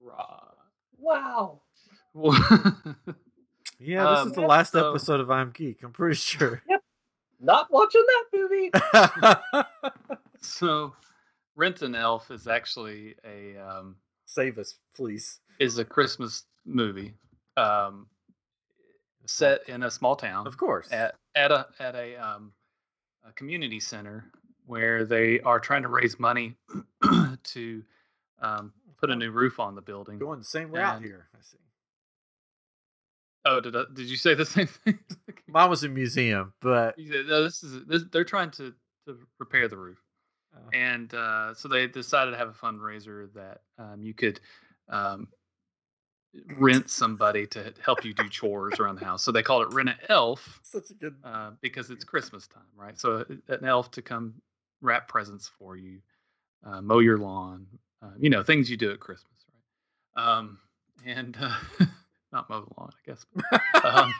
[SPEAKER 2] Rah.
[SPEAKER 3] Wow.
[SPEAKER 2] Well,
[SPEAKER 1] Yeah, this
[SPEAKER 2] Um,
[SPEAKER 1] is the last
[SPEAKER 2] so-
[SPEAKER 1] episode of I'm Geek. I'm pretty sure.
[SPEAKER 3] Not watching that movie.
[SPEAKER 2] so rent an elf is actually a um,
[SPEAKER 1] Save us, please.
[SPEAKER 2] is a christmas movie um, set in a small town
[SPEAKER 1] Of course.
[SPEAKER 2] at, at a at a, um, a community center where they are trying to raise money to um, put a new roof on the building
[SPEAKER 1] Going the same route
[SPEAKER 2] And-
[SPEAKER 1] here. I see.
[SPEAKER 2] oh did, I, did you say the same thing
[SPEAKER 1] Mine was a museum, but
[SPEAKER 2] You said, no, this is this, they're trying to, to repair the roof
[SPEAKER 1] Oh.
[SPEAKER 2] and uh, so they decided to have a fundraiser that um, you could um, rent somebody to help you do chores around the house. So they called it rent an elf
[SPEAKER 1] Such a good.
[SPEAKER 2] uh, because it's Christmas time, right? So uh, an elf to come wrap presents for you, uh, mow your lawn, uh, you know, things you do at Christmas, right? Um, and uh, not mow the lawn, I guess. Um,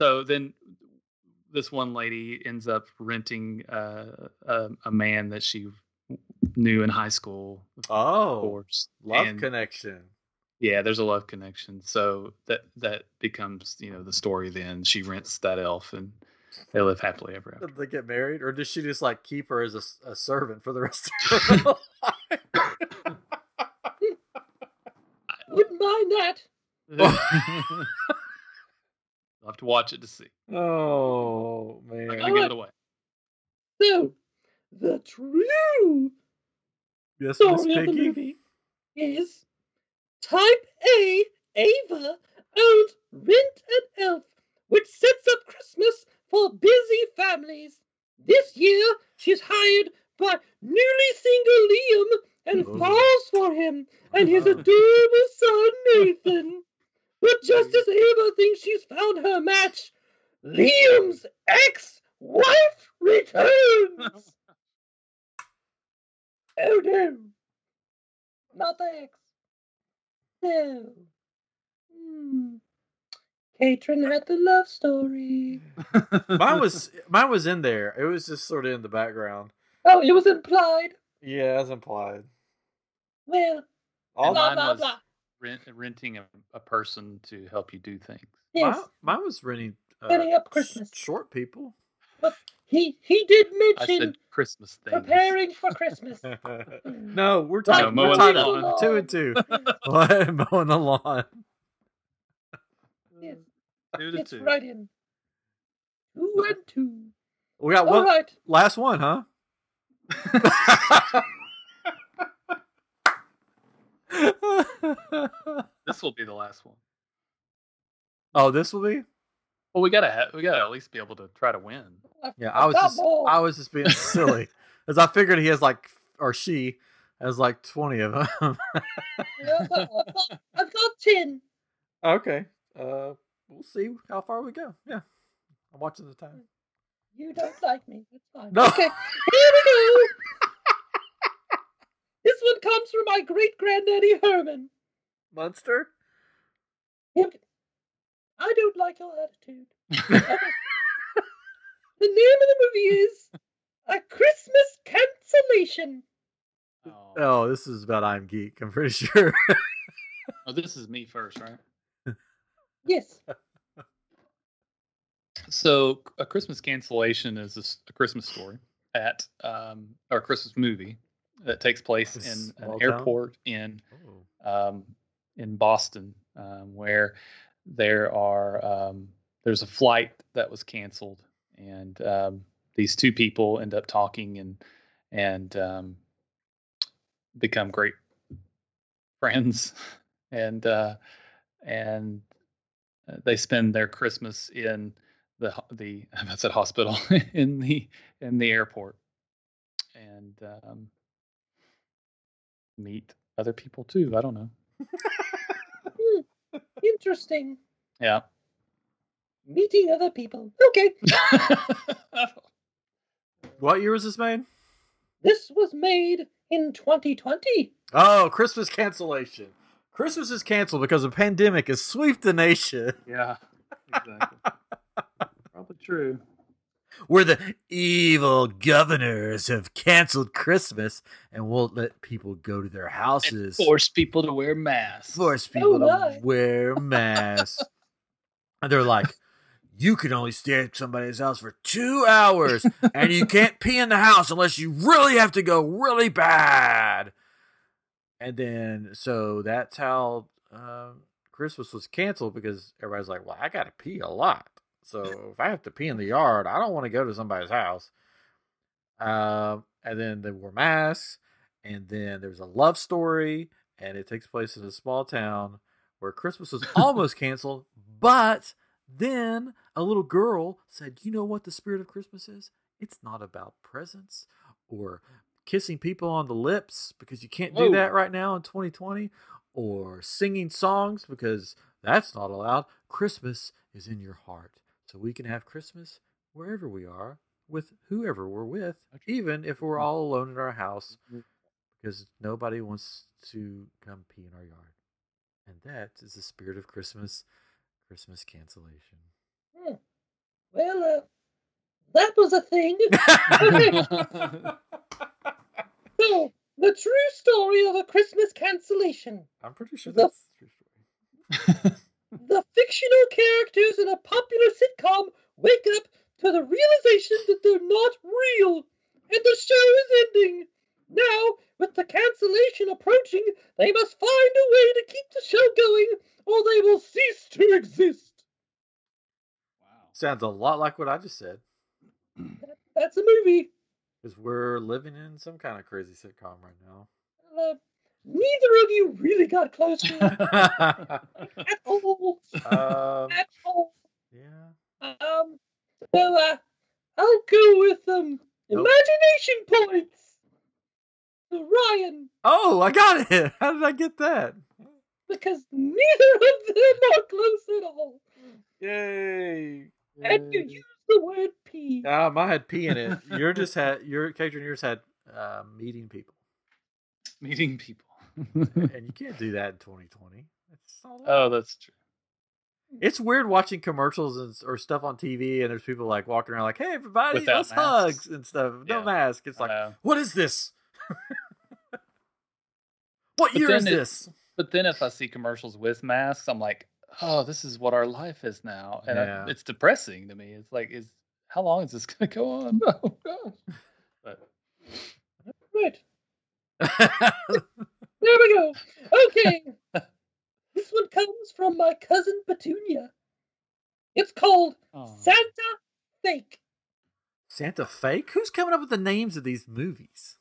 [SPEAKER 2] so then this one lady ends up renting uh, a, a man that she knew in high school, of
[SPEAKER 1] Oh,
[SPEAKER 2] course.
[SPEAKER 1] love
[SPEAKER 2] and-
[SPEAKER 1] connection.
[SPEAKER 2] yeah, there's a love connection. So that that becomes, you know, the story then. She rents that elf and they live happily ever after.
[SPEAKER 1] uh, Did they get married, or does she just like keep her as a, s- a servant for the rest of her life?
[SPEAKER 3] Wouldn't mind that.
[SPEAKER 2] I'll have to watch it to see.
[SPEAKER 1] Oh
[SPEAKER 2] I'm
[SPEAKER 1] man.
[SPEAKER 2] gonna give it away.
[SPEAKER 3] So, the true
[SPEAKER 1] Yes, Miss
[SPEAKER 3] story of the
[SPEAKER 1] Piggy.
[SPEAKER 3] movie is Type A Ava owns Rent an Elf, which sets up Christmas for busy families. This year, she's hired by newly single Liam and
[SPEAKER 1] Oh.
[SPEAKER 3] falls for him and his adorable son Nathan. But just as Ava thinks she's found her match, Liam's ex-wife returns. oh no, not the ex. No. Hmm. Catron had the love story.
[SPEAKER 1] Mine was mine was in there. It was just sort of in the background.
[SPEAKER 3] Oh, it was implied.
[SPEAKER 1] Yeah, as implied.
[SPEAKER 3] Well,
[SPEAKER 1] All mine,
[SPEAKER 2] Mine
[SPEAKER 3] blah blah
[SPEAKER 2] was-
[SPEAKER 3] blah.
[SPEAKER 2] Rent, renting a, a person to help you do things.
[SPEAKER 3] Yes,
[SPEAKER 1] mine was renting uh,
[SPEAKER 3] setting up Christmas.
[SPEAKER 1] short people.
[SPEAKER 3] He he did
[SPEAKER 2] I
[SPEAKER 3] mention
[SPEAKER 2] said Christmas things.
[SPEAKER 3] preparing for Christmas. Hmm.
[SPEAKER 1] no, we're
[SPEAKER 2] Like
[SPEAKER 1] tied.
[SPEAKER 2] mowing
[SPEAKER 1] we're
[SPEAKER 2] the
[SPEAKER 1] tied up.
[SPEAKER 3] lawn.
[SPEAKER 1] Two and two. what? Mowing the lawn.
[SPEAKER 3] Yes,
[SPEAKER 2] Two to
[SPEAKER 3] it's
[SPEAKER 2] two.
[SPEAKER 3] right in. Two and two.
[SPEAKER 1] We got
[SPEAKER 3] All
[SPEAKER 1] one
[SPEAKER 3] right.
[SPEAKER 1] last one, huh?
[SPEAKER 2] This will be the last one.
[SPEAKER 1] oh, this will be.
[SPEAKER 2] Well, we gotta have, we gotta at least be able to try to win.
[SPEAKER 3] I've
[SPEAKER 1] Yeah, I was
[SPEAKER 3] got
[SPEAKER 1] just
[SPEAKER 3] more.
[SPEAKER 1] I was just being silly, as I figured he has like or she has like twenty of them.
[SPEAKER 3] Yeah, I've got- I've got- I've got ten.
[SPEAKER 1] okay, uh, we'll see how far we go. Yeah, I'm watching the time.
[SPEAKER 3] You don't like me. That's fine.
[SPEAKER 1] No.
[SPEAKER 3] Okay. Here we go. this one comes from my great granddaddy Herman.
[SPEAKER 1] Monster.
[SPEAKER 3] I don't like your attitude. Okay. the name of the movie is A Christmas Cancellation.
[SPEAKER 2] Oh,
[SPEAKER 1] Oh, this is about I'm Geek, I'm pretty sure.
[SPEAKER 2] oh, this is me first, right?
[SPEAKER 3] Yes.
[SPEAKER 2] So, a Christmas cancellation is a, s- a Christmas story at um, or a Christmas movie that takes place
[SPEAKER 1] A
[SPEAKER 2] in an
[SPEAKER 1] small town?
[SPEAKER 2] airport in
[SPEAKER 1] Oh.
[SPEAKER 2] um, in Boston, um, where there are um, there's a flight that was canceled, and um, these two people end up talking and and um, become great friends, and uh, and uh, they spend their Christmas in the ho- the I said hospital in the in the airport, and um, meet other people too. I don't know.
[SPEAKER 3] Hmm. Interesting.
[SPEAKER 2] Yeah.
[SPEAKER 3] Meeting other people. Okay.
[SPEAKER 1] What year was this made?
[SPEAKER 3] This was made in 2020.
[SPEAKER 1] Oh, Christmas cancellation. Christmas is canceled because a pandemic has swept the nation.
[SPEAKER 2] yeah. Exactly. Probably true.
[SPEAKER 1] Where the evil governors have canceled Christmas and won't let people go to their houses.
[SPEAKER 2] Force people to wear masks.
[SPEAKER 1] force people to
[SPEAKER 3] right.
[SPEAKER 1] wear masks. and they're like, you can only stay at somebody's house for two hours, and you can't pee in the house unless you really have to go really bad. And then, so that's how um, Christmas was canceled because everybody's like, well, I got to pee a lot. So if I have to pee in the yard, I don't want to go to somebody's house. Um, and then they wore masks. And then there's a love story and it takes place in a small town where Christmas was almost canceled, but then a little girl said, "You know what the spirit of Christmas is? It's not about presents or kissing people on the lips because you can't do
[SPEAKER 2] Whoa.
[SPEAKER 1] that right now in 2020, or singing songs because that's not allowed. Christmas is in your heart. So we can have Christmas wherever we are with whoever we're with, even if we're all alone in our house because nobody wants to come pee in our yard. And that is the spirit of Christmas, Christmas cancellation.
[SPEAKER 3] Well, uh, that was a thing. So, the true story of a Christmas cancellation.
[SPEAKER 1] I'm pretty sure
[SPEAKER 3] The-
[SPEAKER 1] that's true story.
[SPEAKER 3] The fictional characters in a popular sitcom wake up to the realization that they're not real, and the show is ending. Now, with the cancellation approaching, they must find a way to keep the show going, or they will cease to exist.
[SPEAKER 1] Sounds a lot like what I just said.
[SPEAKER 3] That's a movie.
[SPEAKER 1] Because we're living in some kind of crazy sitcom right now.
[SPEAKER 3] Uh, neither of you really got close to it at all.
[SPEAKER 1] um,
[SPEAKER 3] At all.
[SPEAKER 1] yeah.
[SPEAKER 3] Um, so uh, I'll go with um,
[SPEAKER 1] Nope.
[SPEAKER 3] imagination points. to Ryan,
[SPEAKER 1] Oh, I got it. How did I get that?
[SPEAKER 3] because neither of them are close at all,
[SPEAKER 1] Yay!
[SPEAKER 3] and you use the word pee.
[SPEAKER 1] Ah, mine had pee in it. You're just had your Cajun yours had uh, meeting people,
[SPEAKER 2] Meeting people.
[SPEAKER 1] and you can't do that in 2020. It's not allowed.
[SPEAKER 2] oh, that's true.
[SPEAKER 1] It's weird watching commercials and, or stuff on TV, and there's people like walking around like, "Hey, everybody,
[SPEAKER 2] Without
[SPEAKER 1] let's
[SPEAKER 2] masks.
[SPEAKER 1] hugs and stuff." No
[SPEAKER 2] Yeah. Uh,
[SPEAKER 1] mask. It's
[SPEAKER 2] I
[SPEAKER 1] like,
[SPEAKER 2] know.
[SPEAKER 1] what is this? what
[SPEAKER 2] But
[SPEAKER 1] year is
[SPEAKER 2] then it-
[SPEAKER 1] this?
[SPEAKER 2] But then if I see commercials with masks, I'm like, oh, this is what our life is now, and I-
[SPEAKER 1] Yeah.
[SPEAKER 2] it's depressing to me. It's like, is how long is this going to go on? Oh gosh. But
[SPEAKER 3] Right there we go. Okay, this one comes from my cousin Petunia. It's called
[SPEAKER 2] oh,
[SPEAKER 3] Santa Fake.
[SPEAKER 1] Santa fake? Who's coming up with the names of these movies?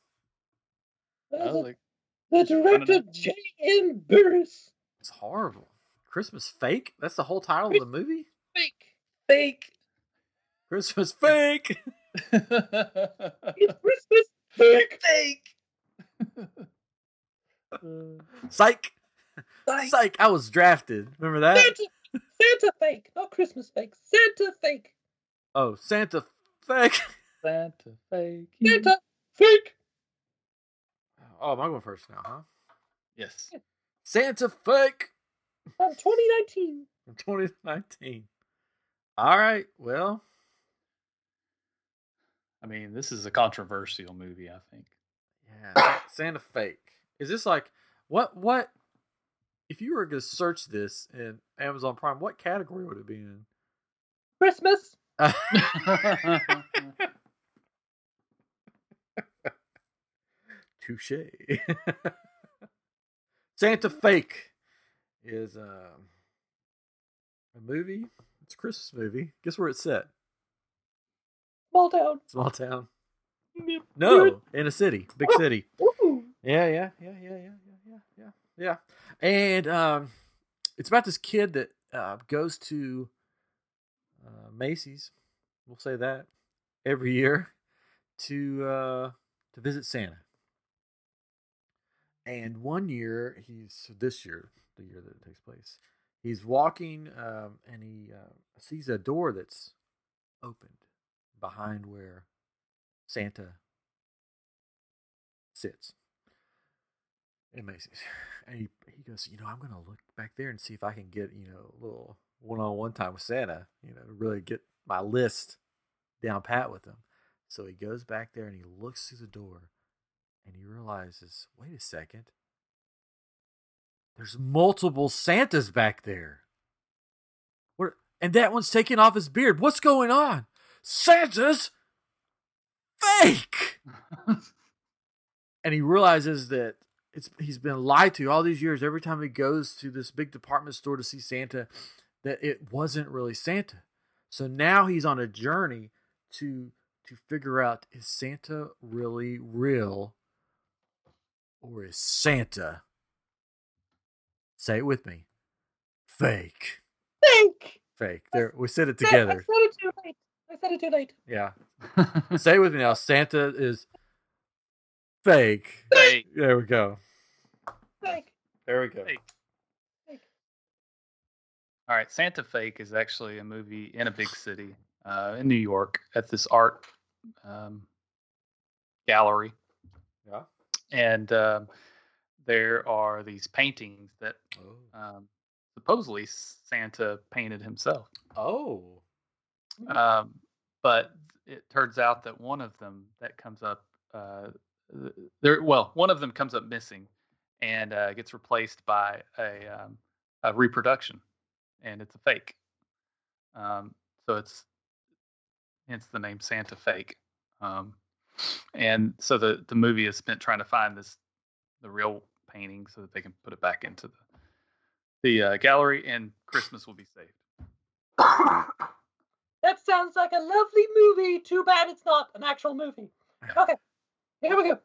[SPEAKER 2] I was
[SPEAKER 3] Uh,
[SPEAKER 2] like,
[SPEAKER 3] the director
[SPEAKER 2] know.
[SPEAKER 3] J.M. Burris.
[SPEAKER 1] It's horrible. Christmas fake? That's the whole title of the movie?
[SPEAKER 3] Fake.
[SPEAKER 2] fake.
[SPEAKER 1] Christmas fake.
[SPEAKER 3] It's Christmas. Fake.
[SPEAKER 2] fake.
[SPEAKER 1] Psych.
[SPEAKER 3] Bye.
[SPEAKER 1] Psych. I was drafted. Remember that?
[SPEAKER 3] Santa, Santa fake, not Christmas fake. Santa fake.
[SPEAKER 1] Oh, Santa fake.
[SPEAKER 2] Santa fake. you.
[SPEAKER 3] Santa fake.
[SPEAKER 1] Oh, am I going first now, huh?
[SPEAKER 2] Yes.
[SPEAKER 1] Santa fake
[SPEAKER 3] From 2019.
[SPEAKER 1] from 2019. All right. Well,
[SPEAKER 2] I mean, this is a controversial movie, I think.
[SPEAKER 1] yeah. Santa fake. Is this like what what if you were going to search this in Amazon Prime, what category would it be in?
[SPEAKER 3] Christmas.
[SPEAKER 1] Touche. Santa Fake is um, a movie. It's a Christmas movie. Guess where it's set?
[SPEAKER 3] Small town.
[SPEAKER 1] Small town.
[SPEAKER 3] Yep.
[SPEAKER 1] No, in a city, big city.
[SPEAKER 3] Ooh.
[SPEAKER 1] Yeah, yeah, yeah, yeah, yeah, yeah, yeah, yeah, yeah. And um, it's about this kid that uh, goes to uh, Macy's. We'll say that every year to uh, to visit Santa. And one year, he's so this year, the year that it takes place, he's walking um, and he uh, sees a door that's opened behind where Santa sits in Macy's. And he, he goes, you know, I'm gonna look back there and see if I can get you know a little one on one time with Santa. You know, to really get my list down pat with him. So he goes back there and he looks through the door, and he realizes, wait a second, there's multiple Santas back there. What? And that one's taking off his beard. What's going on? Santa's fake and he realizes that it's he's been lied to all these years. Every time he goes to this big department store to see Santa, that it wasn't really Santa. So now he's on a journey to to figure out is Santa really real or is Santa say it with me fake
[SPEAKER 3] Fake.
[SPEAKER 1] fake there we said it
[SPEAKER 3] Sa- I
[SPEAKER 1] together
[SPEAKER 3] said it too late. I said it too late.
[SPEAKER 1] yeah say it with me now Santa is Fake.
[SPEAKER 2] Hey,
[SPEAKER 1] There we go.
[SPEAKER 3] Like,
[SPEAKER 1] There we go.
[SPEAKER 2] Fake. all right. Santa Fake is actually a movie in a big city uh, in New York at this art um, gallery.
[SPEAKER 1] Yeah.
[SPEAKER 2] And um, there are these paintings that
[SPEAKER 1] Oh.
[SPEAKER 2] um, supposedly Santa painted himself.
[SPEAKER 1] Oh.
[SPEAKER 2] Um, but it turns out that one of them that comes up, uh, th- there, well, one of them comes up missing and uh, gets replaced by a, um, a reproduction, and it's a fake. Um, so it's hence the name Santa Fake. Um, and so the the movie is spent trying to find this the real painting so that they can put it back into the the uh, gallery, and Christmas will be saved.
[SPEAKER 3] that sounds like a lovely movie. Too bad it's not an actual movie. Okay, here we go.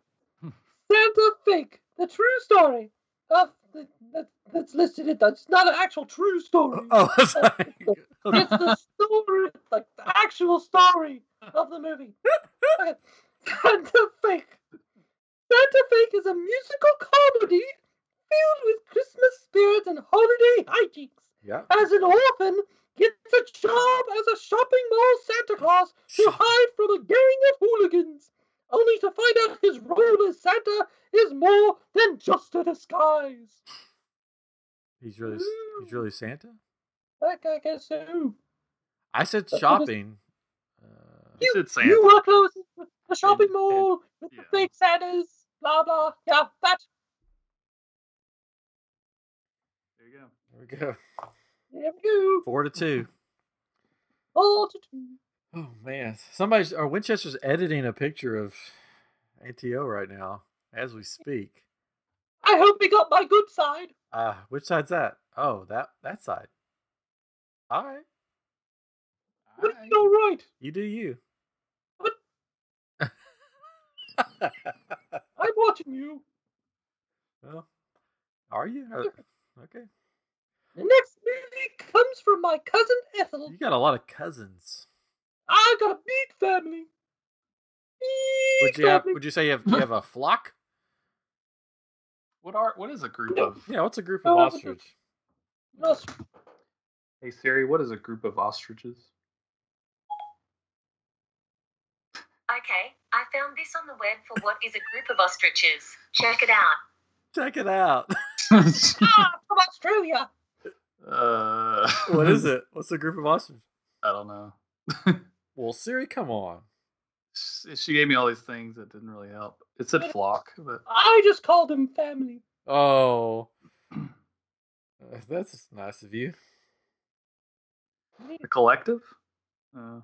[SPEAKER 3] Santa Fake, the true story of the, the, that's listed. It it's not an actual true story.
[SPEAKER 1] Oh. it's like-
[SPEAKER 3] It's the story, like the actual story of the movie. Okay. Santa Fake. Santa Fake is a musical comedy filled with Christmas spirit and holiday hijinks.
[SPEAKER 1] yeah.
[SPEAKER 3] As an orphan, gets a job as a shopping mall Santa Claus to hide from a gang of hooligans, only to find out his role as Santa is more than just a disguise.
[SPEAKER 1] He's really he's really Santa.
[SPEAKER 3] Like I guess so.
[SPEAKER 1] I said
[SPEAKER 3] Uh,
[SPEAKER 1] shopping. Uh,
[SPEAKER 2] You said Santa.
[SPEAKER 3] You were close to the shopping
[SPEAKER 2] And-
[SPEAKER 3] mall with
[SPEAKER 2] yeah.
[SPEAKER 3] the fake Santas, blah blah. Yeah, that.
[SPEAKER 2] There you go.
[SPEAKER 1] there we go.
[SPEAKER 3] There we go.
[SPEAKER 1] Four to two.
[SPEAKER 3] All to two.
[SPEAKER 1] Oh man, somebody's or Winchester's editing a picture of ATO right now as we speak.
[SPEAKER 3] I hope we got my good side.
[SPEAKER 1] Uh, which side's that? Oh, that that side. All right,
[SPEAKER 3] But it's all right.
[SPEAKER 1] you do you.
[SPEAKER 3] What? I'm watching you.
[SPEAKER 1] well, are you? Uh, Okay,
[SPEAKER 3] The next movie comes from my cousin Ethel.
[SPEAKER 1] you got a lot of cousins.
[SPEAKER 3] I got a big family. Big
[SPEAKER 1] Would you have,
[SPEAKER 3] family.
[SPEAKER 1] would you say you have, you have a flock?
[SPEAKER 2] What are what is a group
[SPEAKER 3] No.
[SPEAKER 2] of?
[SPEAKER 1] Yeah, what's a group of
[SPEAKER 3] Oh,
[SPEAKER 1] ostrich?
[SPEAKER 3] Yes.
[SPEAKER 2] Hey Siri, what is a group of ostriches?
[SPEAKER 4] Okay, I found this on the web for what is a group of ostriches. Check it out.
[SPEAKER 1] Check it out.
[SPEAKER 3] Ah, from Australia.
[SPEAKER 2] uh,
[SPEAKER 1] what is it? What's a group of ostrich?
[SPEAKER 2] I don't know.
[SPEAKER 1] Well, Siri, come on.
[SPEAKER 2] She- She gave me all these things that didn't really help. It said flock, but
[SPEAKER 3] I just called them family.
[SPEAKER 1] Oh, Uh, that's nice of you.
[SPEAKER 2] a collective, uh,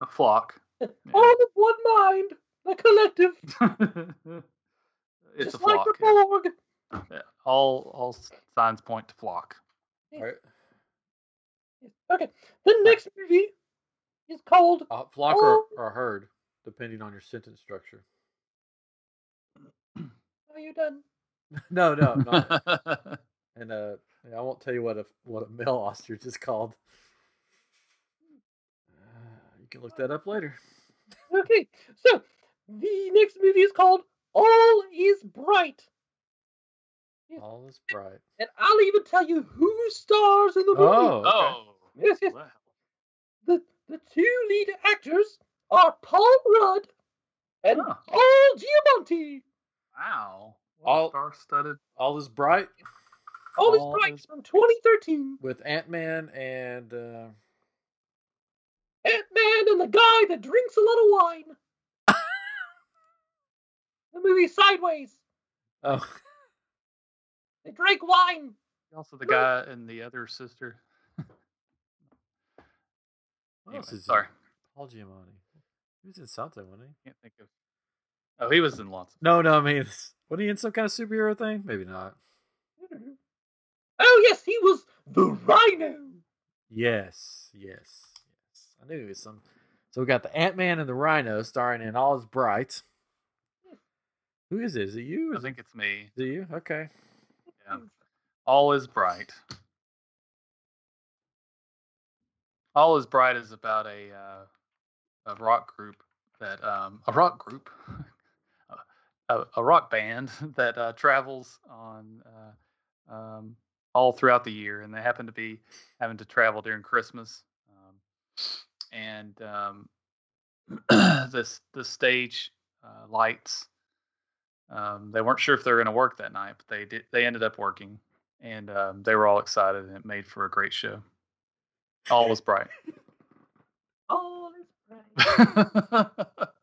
[SPEAKER 2] a flock.
[SPEAKER 3] All of one mind, a collective,
[SPEAKER 2] it's
[SPEAKER 3] just
[SPEAKER 2] a
[SPEAKER 3] like
[SPEAKER 2] flock.
[SPEAKER 3] the
[SPEAKER 2] yeah.
[SPEAKER 3] Borg.
[SPEAKER 2] Yeah. All all signs point to flock.
[SPEAKER 1] All right.
[SPEAKER 3] Okay, the next movie is called
[SPEAKER 1] A flock or, or a herd, depending on your sentence structure.
[SPEAKER 3] Are You Done?
[SPEAKER 1] No, no, not. and uh, yeah, I won't tell you what a what a male ostrich is called. Uh, you can look that up later.
[SPEAKER 3] Okay, so the next movie is called All Is Bright.
[SPEAKER 1] All is bright.
[SPEAKER 3] And I'll even tell you who stars in the movie. Uh,
[SPEAKER 1] Oh, okay.
[SPEAKER 2] oh,
[SPEAKER 3] Yes, yes.
[SPEAKER 2] wow.
[SPEAKER 3] The, the two lead actors are Paul Rudd and
[SPEAKER 2] Huh.
[SPEAKER 3] Paul Giamonti.
[SPEAKER 2] wow.
[SPEAKER 1] All-
[SPEAKER 2] star-studded.
[SPEAKER 1] all is bright
[SPEAKER 3] All
[SPEAKER 2] All
[SPEAKER 3] is Bright
[SPEAKER 2] Is-
[SPEAKER 3] from 2013.
[SPEAKER 1] with Ant Man and uh,
[SPEAKER 3] Ant-Man and the guy that drinks a lot of wine. the movie Sideways.
[SPEAKER 1] oh,
[SPEAKER 3] They drank wine.
[SPEAKER 2] Also, the
[SPEAKER 3] No.
[SPEAKER 2] guy and the other sister.
[SPEAKER 1] what else
[SPEAKER 2] Anyway,
[SPEAKER 1] is in-
[SPEAKER 2] sorry,
[SPEAKER 1] Paul Giamatti. He was in something, wasn't he?
[SPEAKER 2] can't think of. Oh, he was in lots. Of...
[SPEAKER 1] No, no. I mean, wasn't he in some kind of superhero thing? Maybe not.
[SPEAKER 3] Oh yes, he was the Rhino.
[SPEAKER 1] Yes, yes, yes. I knew it was some. So we got the Ant Man and the Rhino starring in All Is Bright. Hmm. Who is it? Is it you?
[SPEAKER 2] I
[SPEAKER 1] Is it,
[SPEAKER 2] think it's me.
[SPEAKER 1] is it you? Okay.
[SPEAKER 2] Yeah. All is bright. All is bright is about a uh, a rock group that um, a rock group, a, a rock band that uh, travels on uh, um, all throughout the year, and they happen to be having to travel during Christmas. Um, and um, this the stage uh, lights. Um, they weren't sure if they were going to work that night, but they did. They ended up working, and um, they were all excited, and it made for a great show. All was bright.
[SPEAKER 3] Oh, that's right.
[SPEAKER 2] I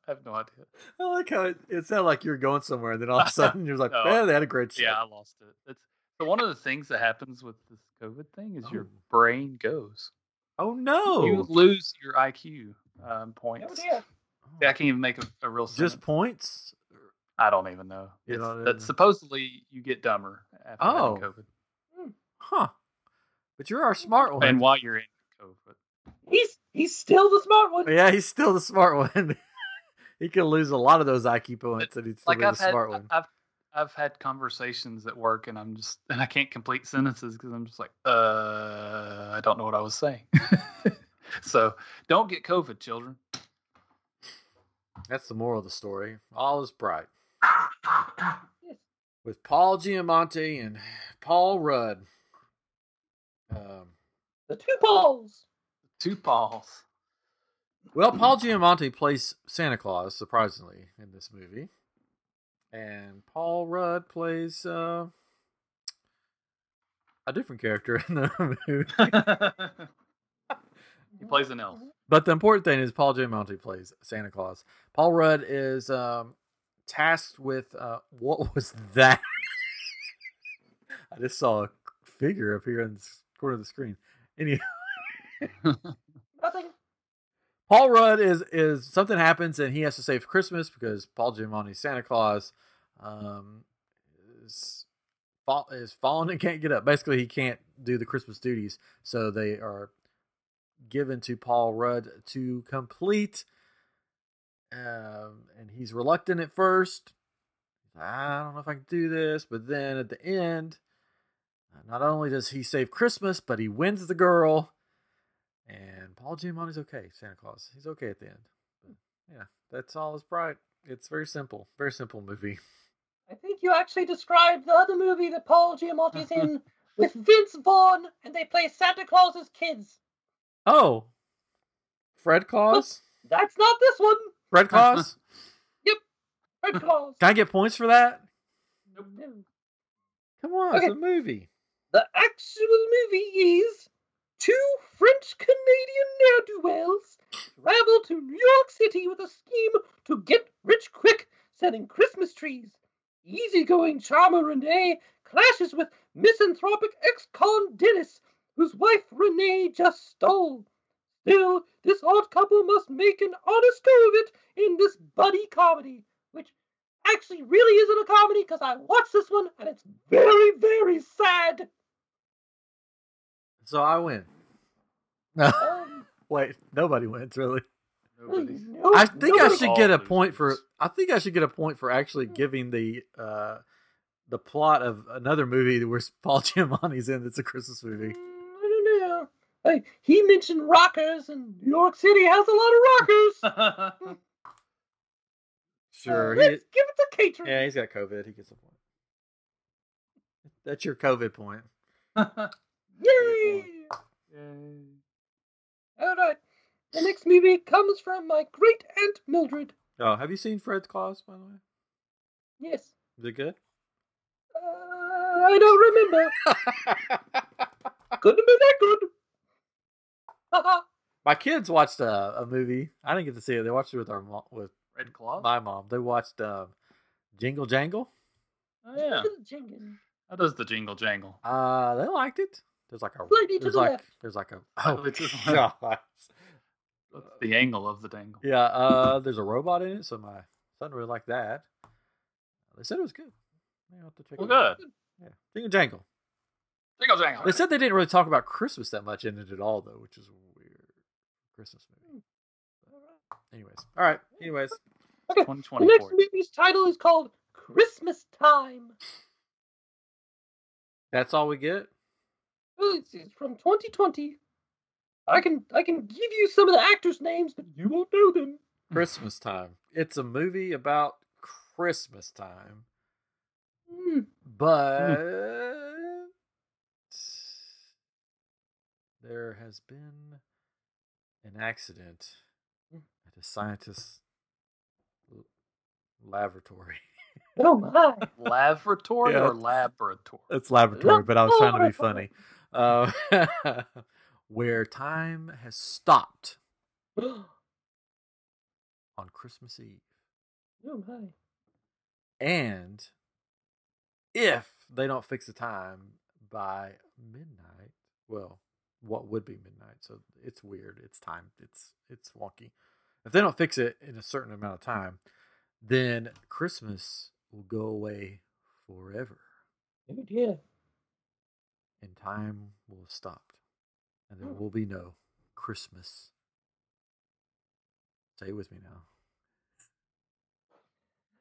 [SPEAKER 2] have no idea.
[SPEAKER 1] I like how it, it sounded like you were going somewhere, and then all of a sudden you're like,
[SPEAKER 2] No.
[SPEAKER 1] "Man, they had a great show."
[SPEAKER 2] Yeah, I lost it. It's so one of the things that happens with this COVID thing is your
[SPEAKER 1] Oh.
[SPEAKER 2] brain goes.
[SPEAKER 1] Oh no!
[SPEAKER 2] You lose your IQ um,
[SPEAKER 3] Oh,
[SPEAKER 2] points.
[SPEAKER 3] dear.
[SPEAKER 2] Yeah, I can't even make a, a real sentence.
[SPEAKER 1] Oh. Just points.
[SPEAKER 2] I don't even know.
[SPEAKER 1] You
[SPEAKER 2] It's-
[SPEAKER 1] don't even
[SPEAKER 2] that
[SPEAKER 1] know.
[SPEAKER 2] supposedly you get dumber after
[SPEAKER 1] Oh.
[SPEAKER 2] having COVID,
[SPEAKER 1] Huh. But you're our smart one.
[SPEAKER 2] and while you're in COVID,
[SPEAKER 3] He's he's still the smart one.
[SPEAKER 1] yeah, he's still the smart one. he could lose a lot of those IQ points, and he'd still
[SPEAKER 2] like
[SPEAKER 1] be the
[SPEAKER 2] I've had,
[SPEAKER 1] smart one.
[SPEAKER 2] I've I've had conversations at work, and I'm just and I can't complete sentences because I'm just like, uh, I don't know what I was saying. so don't get COVID, children.
[SPEAKER 1] That's the moral of the story. All is bright with Paul Giamatti and Paul Rudd. Um,
[SPEAKER 3] The two poles.
[SPEAKER 2] Two balls.
[SPEAKER 1] Well, Paul Giamatti plays Santa Claus, surprisingly, in this movie, and Paul Rudd plays uh, a different character in the movie.
[SPEAKER 2] he plays an elf.
[SPEAKER 1] But the important thing is Paul Giamatti plays Santa Claus. Paul Rudd is um, tasked with uh, what was that? I just saw a figure up here in the corner of the screen. Anyhow.
[SPEAKER 3] Nothing.
[SPEAKER 1] Paul Rudd is is something happens and he has to save Christmas because Paul Giamatti's Santa Claus um, is fall, is fallen and can't get up. Basically, he can't do the Christmas duties, so they are given to Paul Rudd to complete. Um, and he's reluctant at first. I don't know if I can do this, but then at the end, not only does he save Christmas, but he wins the girl. And Paul Giamatti's okay, Santa Claus. He's okay at the end. But yeah, that's all is bright. It's very simple, very simple movie.
[SPEAKER 3] I think you actually described the other movie that Paul Giamatti's in with Vince Vaughn, and they play Santa Claus's kids.
[SPEAKER 1] Oh, Fred Claus,
[SPEAKER 3] That's not this one.
[SPEAKER 1] Fred Claus.
[SPEAKER 3] Fred Claus.
[SPEAKER 1] Can I get points for that?
[SPEAKER 3] No.
[SPEAKER 1] Come on, it's
[SPEAKER 3] Okay.
[SPEAKER 1] a movie.
[SPEAKER 3] The actual movie is two French Canadian ne'er do wells travel to New York City with a scheme to get rich quick selling Christmas trees. Easygoing charmer Renee clashes with misanthropic ex con Dennis, whose wife Renee just stole. Still, this odd couple must make an honest go of it in this buddy comedy, which actually really isn't a comedy because I watched this one and it's very, very sad.
[SPEAKER 1] So I win. No,
[SPEAKER 3] Um,
[SPEAKER 1] wait, nobody wins really.
[SPEAKER 2] Nobody's
[SPEAKER 3] no,
[SPEAKER 1] I think I
[SPEAKER 3] nobody-
[SPEAKER 1] should get a
[SPEAKER 2] All
[SPEAKER 1] point for.
[SPEAKER 2] losers.
[SPEAKER 1] I think I should get a point for actually giving the uh, the plot of another movie where Paul Giamatti's in. That's a Christmas movie.
[SPEAKER 3] Mm, I don't know. Hey, he mentioned rockers, and New York City has a lot of rockers.
[SPEAKER 1] Sure,
[SPEAKER 3] Let's
[SPEAKER 1] he-
[SPEAKER 3] give it to Catron.
[SPEAKER 1] Yeah, he's got COVID. He gets a point. That's your COVID point.
[SPEAKER 3] Yay! All right. The next movie comes from my great aunt Mildred.
[SPEAKER 1] Oh, have you seen Fred Claus, by the way?
[SPEAKER 3] Yes.
[SPEAKER 1] Is it good?
[SPEAKER 3] Uh, I don't remember. Couldn't have been that good. Haha.
[SPEAKER 1] My kids watched a, a movie. I didn't get to see it. They watched it with our mom, with
[SPEAKER 2] Red Claw.
[SPEAKER 1] my mom. They watched um, Jingle Jangle.
[SPEAKER 2] Oh, yeah,
[SPEAKER 3] Little Jenkins.
[SPEAKER 2] that does the jingle jangle.
[SPEAKER 1] Uh, they liked it. There's like a
[SPEAKER 3] Slightly to
[SPEAKER 1] there's
[SPEAKER 3] the
[SPEAKER 1] like
[SPEAKER 3] left.
[SPEAKER 1] there's like a
[SPEAKER 2] Oh,
[SPEAKER 1] oh
[SPEAKER 2] it's just-
[SPEAKER 1] God.
[SPEAKER 2] That's the angle of the dangle.
[SPEAKER 1] yeah. Uh, there's a robot in it, so my son really liked that. They said it was good. I'll have to check
[SPEAKER 2] Well,
[SPEAKER 1] it out.
[SPEAKER 2] good.
[SPEAKER 1] Yeah, Jingle Jangle.
[SPEAKER 2] Jingle jangle.
[SPEAKER 1] They said they didn't really talk about Christmas that much in it at all, though, which is weird. Christmas movie. Anyways, all right. Anyways,
[SPEAKER 2] 2020
[SPEAKER 3] The next
[SPEAKER 2] for it.
[SPEAKER 3] movie's title is called Christmas Time.
[SPEAKER 1] that's all we get.
[SPEAKER 3] Well, it's, it's from 2020. I can I can give you
[SPEAKER 2] Hmm.
[SPEAKER 3] some of the actors' names, but you won't know them.
[SPEAKER 1] Christmas time. It's a movie about Christmas time,
[SPEAKER 2] Hmm.
[SPEAKER 1] but there has been an accident at a scientist's l- laboratory.
[SPEAKER 3] Oh my!
[SPEAKER 2] Laboratory
[SPEAKER 1] Yeah.
[SPEAKER 2] or laboratory?
[SPEAKER 1] It's laboratory, but I was trying to be funny. Uh, where time has stopped
[SPEAKER 3] Oh
[SPEAKER 1] on Christmas Eve.
[SPEAKER 3] my!
[SPEAKER 1] And if they don't fix the time by midnight, well, what would be midnight? So it's weird. It's time. It's it's wonky. If they don't fix it in a certain amount of time, then Christmas will go away forever,
[SPEAKER 3] Oh dear!
[SPEAKER 1] and time will have stopped, and there
[SPEAKER 3] Hmm.
[SPEAKER 1] will be no Christmas. Stay with me now.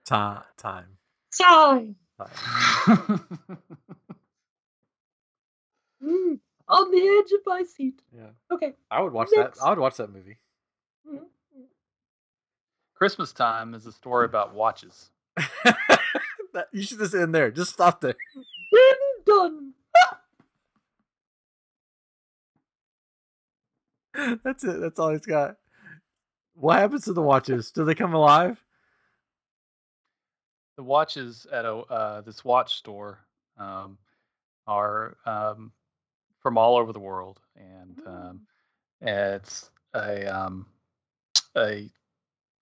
[SPEAKER 1] Time, time,
[SPEAKER 3] Sigh.
[SPEAKER 1] time. Uh,
[SPEAKER 3] Mm, on the edge of my seat.
[SPEAKER 1] Yeah.
[SPEAKER 3] Okay.
[SPEAKER 1] I would watch
[SPEAKER 3] Next.
[SPEAKER 1] that. I would watch that movie.
[SPEAKER 3] Mm.
[SPEAKER 2] Christmas time is a story about watches.
[SPEAKER 1] That- you should just end there. Just stop there.
[SPEAKER 3] Then done.
[SPEAKER 1] That's it. That's all he's got. What happens to the watches? Do they come alive?
[SPEAKER 2] The watches at a uh, this watch store um, are um, from all over the world, and
[SPEAKER 3] Mm.
[SPEAKER 2] um, it's a um, a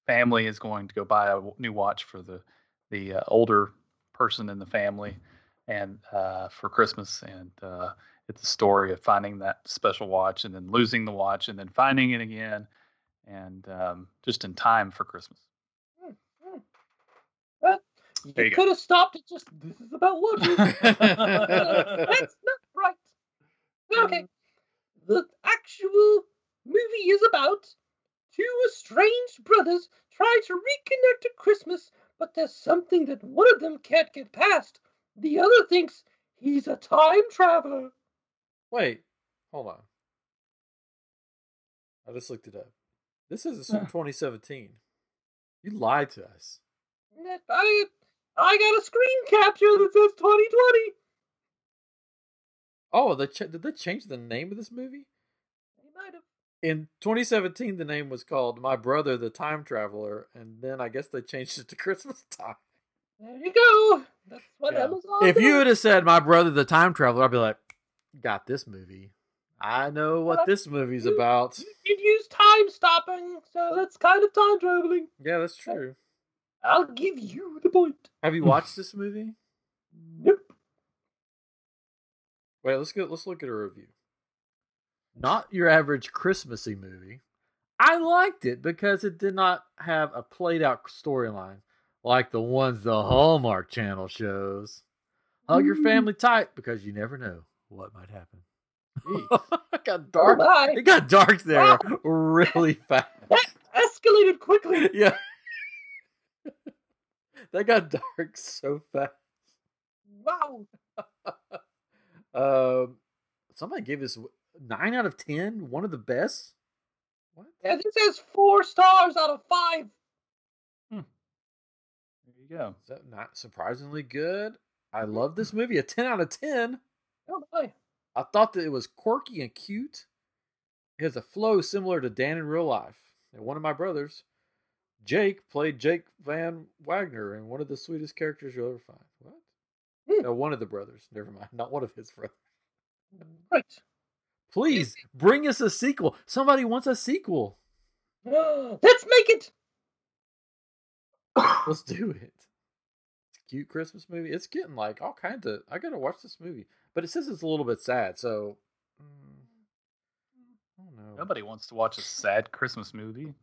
[SPEAKER 2] family is going to go buy a w- new watch for the the uh, older person in the family, and uh, for Christmas, and uh, it's a story of finding that special watch, and then losing the watch, and then finding it again, and um, just in time for Christmas. There you
[SPEAKER 3] You
[SPEAKER 2] go.
[SPEAKER 3] could have stopped at just this is about watches. That's not right. Okay. Um, The actual movie is about two estranged brothers try to reconnect at Christmas, but there's something that one of them can't get past. The other thinks he's a time traveler.
[SPEAKER 1] Wait, hold on. I just looked it up. This is from
[SPEAKER 2] Yeah.
[SPEAKER 1] 2017. You lied to us.
[SPEAKER 3] That- I, I got a screen capture that says 2020.
[SPEAKER 1] Oh, they ch- did they change the name of this movie?
[SPEAKER 3] They might have.
[SPEAKER 1] In 2017, the name was called My Brother the Time Traveler, and then I guess they changed it to Christmas Time.
[SPEAKER 3] There you go. That's what
[SPEAKER 2] Yeah.
[SPEAKER 3] Amazon.
[SPEAKER 1] if you
[SPEAKER 3] does.
[SPEAKER 1] would have said my brother the time traveler i'd be like got this movie i know what
[SPEAKER 3] Well,
[SPEAKER 1] this movie's about
[SPEAKER 3] you'd use time stopping, so that's kind of time traveling.
[SPEAKER 1] yeah that's true
[SPEAKER 3] I'll give you the point.
[SPEAKER 1] have you watched this movie
[SPEAKER 3] Nope.
[SPEAKER 1] wait let's go let's look at a review not your average christmassy movie i liked it because it did not have a played out storyline like the ones the hallmark channel shows hug your
[SPEAKER 3] Mm.
[SPEAKER 1] family tight because you never know what might happen it got dark
[SPEAKER 3] Oh my.
[SPEAKER 1] it got dark there really fast
[SPEAKER 3] Escalated quickly.
[SPEAKER 1] yeah. that got dark so fast.
[SPEAKER 3] Wow.
[SPEAKER 1] Um, somebody gave this w- nine out of ten, one of the best. What?
[SPEAKER 3] Yeah, this has four stars out of five.
[SPEAKER 2] There you go.
[SPEAKER 1] Is that not surprisingly good? I love this movie. A ten out of ten.
[SPEAKER 3] Oh my.
[SPEAKER 1] I thought that it was quirky and cute. It has a flow similar to Dan in real life. And one of my brothers, Jake, played Jake Van Wagner and one of the sweetest characters you'll ever find. What?
[SPEAKER 3] Hmm.
[SPEAKER 1] No, one of the brothers. Never mind. Not one of his brothers.
[SPEAKER 3] Right.
[SPEAKER 1] Please bring us a sequel. Somebody wants a sequel.
[SPEAKER 3] Let's make it.
[SPEAKER 1] Let's do it. It's a cute Christmas movie. It's getting like all kinds of. I gotta watch this movie, but it says it's a little bit sad. So, mm, I don't know.
[SPEAKER 2] Nobody wants to watch a sad Christmas movie.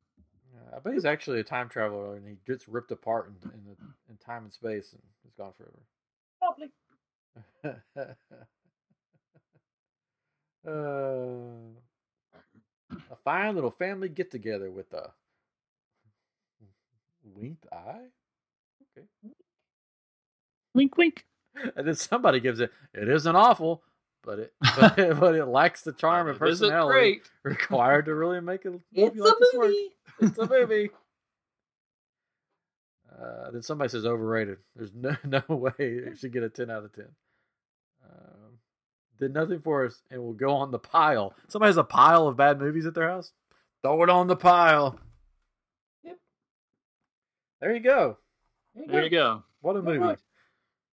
[SPEAKER 1] Yeah, I bet he's actually a time traveler, and he gets ripped apart in in, the, in time and space, and is gone
[SPEAKER 3] Probably.
[SPEAKER 1] forever. uh, a fine little family get together with a winked eye.
[SPEAKER 2] Wink, wink.
[SPEAKER 1] and then somebody gives it. It isn't awful, but it but, it- but it lacks the charm and
[SPEAKER 2] It isn't
[SPEAKER 1] personality
[SPEAKER 2] great.
[SPEAKER 1] required to really make a movie
[SPEAKER 3] It's
[SPEAKER 1] like this
[SPEAKER 3] a
[SPEAKER 1] work.
[SPEAKER 3] movie.
[SPEAKER 1] It's a movie. Uh, then somebody says overrated. There's no, no way it should get a 10 out of 10. Um, did nothing for us and will go on the pile. Somebody has a pile of bad movies at their house. Throw it on the pile.
[SPEAKER 3] Yep.
[SPEAKER 1] There you go.
[SPEAKER 2] There you go.
[SPEAKER 1] What a
[SPEAKER 3] Good
[SPEAKER 1] movie.
[SPEAKER 3] work.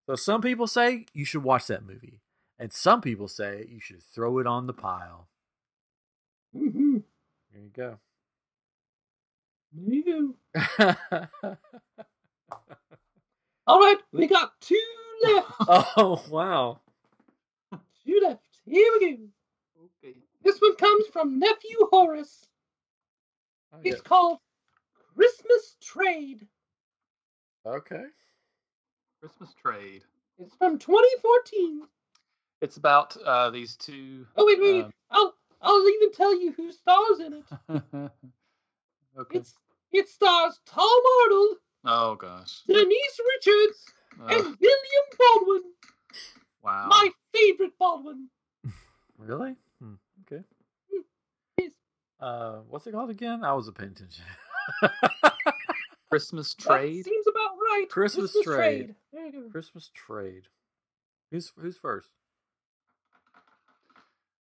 [SPEAKER 1] So some people say you should watch that movie, and some people say you should throw it on the pile.
[SPEAKER 3] Mm-hmm.
[SPEAKER 1] There you go.
[SPEAKER 3] There you go. All right, we got two left.
[SPEAKER 1] oh wow.
[SPEAKER 3] two left. Here we go.
[SPEAKER 2] Okay.
[SPEAKER 3] This one comes from nephew Horace.
[SPEAKER 1] I
[SPEAKER 3] It's
[SPEAKER 1] get-
[SPEAKER 3] called Christmas Trade.
[SPEAKER 1] Okay.
[SPEAKER 2] Christmas trade.
[SPEAKER 3] It's from 2014.
[SPEAKER 2] It's about uh, these two.
[SPEAKER 3] Oh wait, wait. wait.
[SPEAKER 2] Um,
[SPEAKER 3] I'll I'll even tell you who stars in it.
[SPEAKER 2] okay.
[SPEAKER 3] It's it stars Tom Arnold,
[SPEAKER 2] oh gosh.
[SPEAKER 3] Denise Richards, and
[SPEAKER 2] Oh,
[SPEAKER 3] William Baldwin.
[SPEAKER 2] wow.
[SPEAKER 3] My favorite Baldwin.
[SPEAKER 1] Really? Hmm. Okay.
[SPEAKER 3] Mm. Yes.
[SPEAKER 1] Uh, what's it called again? I was a paying attention.
[SPEAKER 2] Christmas
[SPEAKER 3] That
[SPEAKER 2] trade.
[SPEAKER 3] seems about right.
[SPEAKER 1] Christmas Trade.
[SPEAKER 3] There you go.
[SPEAKER 1] Christmas trade. Who's who's first?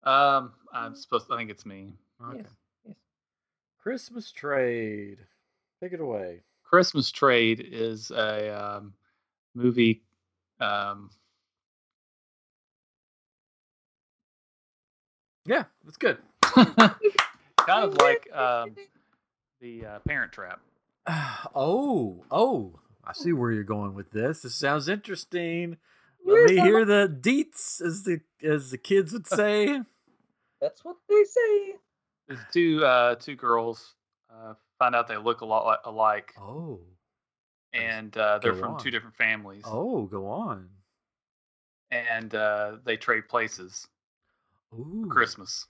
[SPEAKER 2] Um, I'm supposed. I think it's me.
[SPEAKER 1] Okay.
[SPEAKER 3] Yes, yes.
[SPEAKER 1] Christmas trade. Take it away.
[SPEAKER 2] Christmas Trade is a um, movie. Um,
[SPEAKER 1] Yeah, that's good.
[SPEAKER 2] kind of like um, the uh, Parent Trap.
[SPEAKER 1] oh, oh, I see where you're going with this. This sounds interesting. Let me hear the deets, as the as the kids would say.
[SPEAKER 3] That's what they say.
[SPEAKER 2] There's two uh, two girls uh, find out they look a lot li- alike,
[SPEAKER 1] Oh,
[SPEAKER 2] and uh, they're
[SPEAKER 1] Go
[SPEAKER 2] from
[SPEAKER 1] on.
[SPEAKER 2] two different families,
[SPEAKER 1] oh, go on.
[SPEAKER 2] and uh, they trade places
[SPEAKER 1] Ooh,
[SPEAKER 2] for Christmas.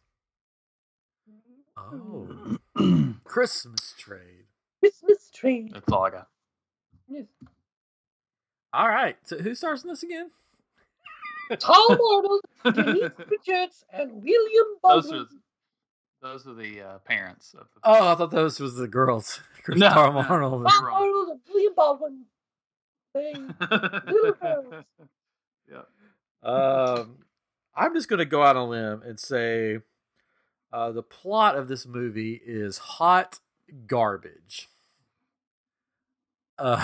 [SPEAKER 1] Oh,
[SPEAKER 2] That's
[SPEAKER 1] Christmas trade.
[SPEAKER 3] Christmas Trade.
[SPEAKER 2] all I got.
[SPEAKER 3] Yes.
[SPEAKER 1] All right. So who stars in this again?
[SPEAKER 3] Tom Arnold, Denise Richards, and William
[SPEAKER 2] those
[SPEAKER 3] Baldwin.
[SPEAKER 2] are those are the uh, parents of the.
[SPEAKER 1] Oh, I thought those was the girls. Chris
[SPEAKER 2] No,
[SPEAKER 1] Tom
[SPEAKER 2] no.
[SPEAKER 1] Arnold.
[SPEAKER 2] Wow.
[SPEAKER 3] Tom
[SPEAKER 2] wrong.
[SPEAKER 3] Arnold and William Baldwin. They little girls.
[SPEAKER 2] yeah.
[SPEAKER 1] Um, I'm just going to go out on a limb and say uh, the plot of this movie is hot garbage. Uh,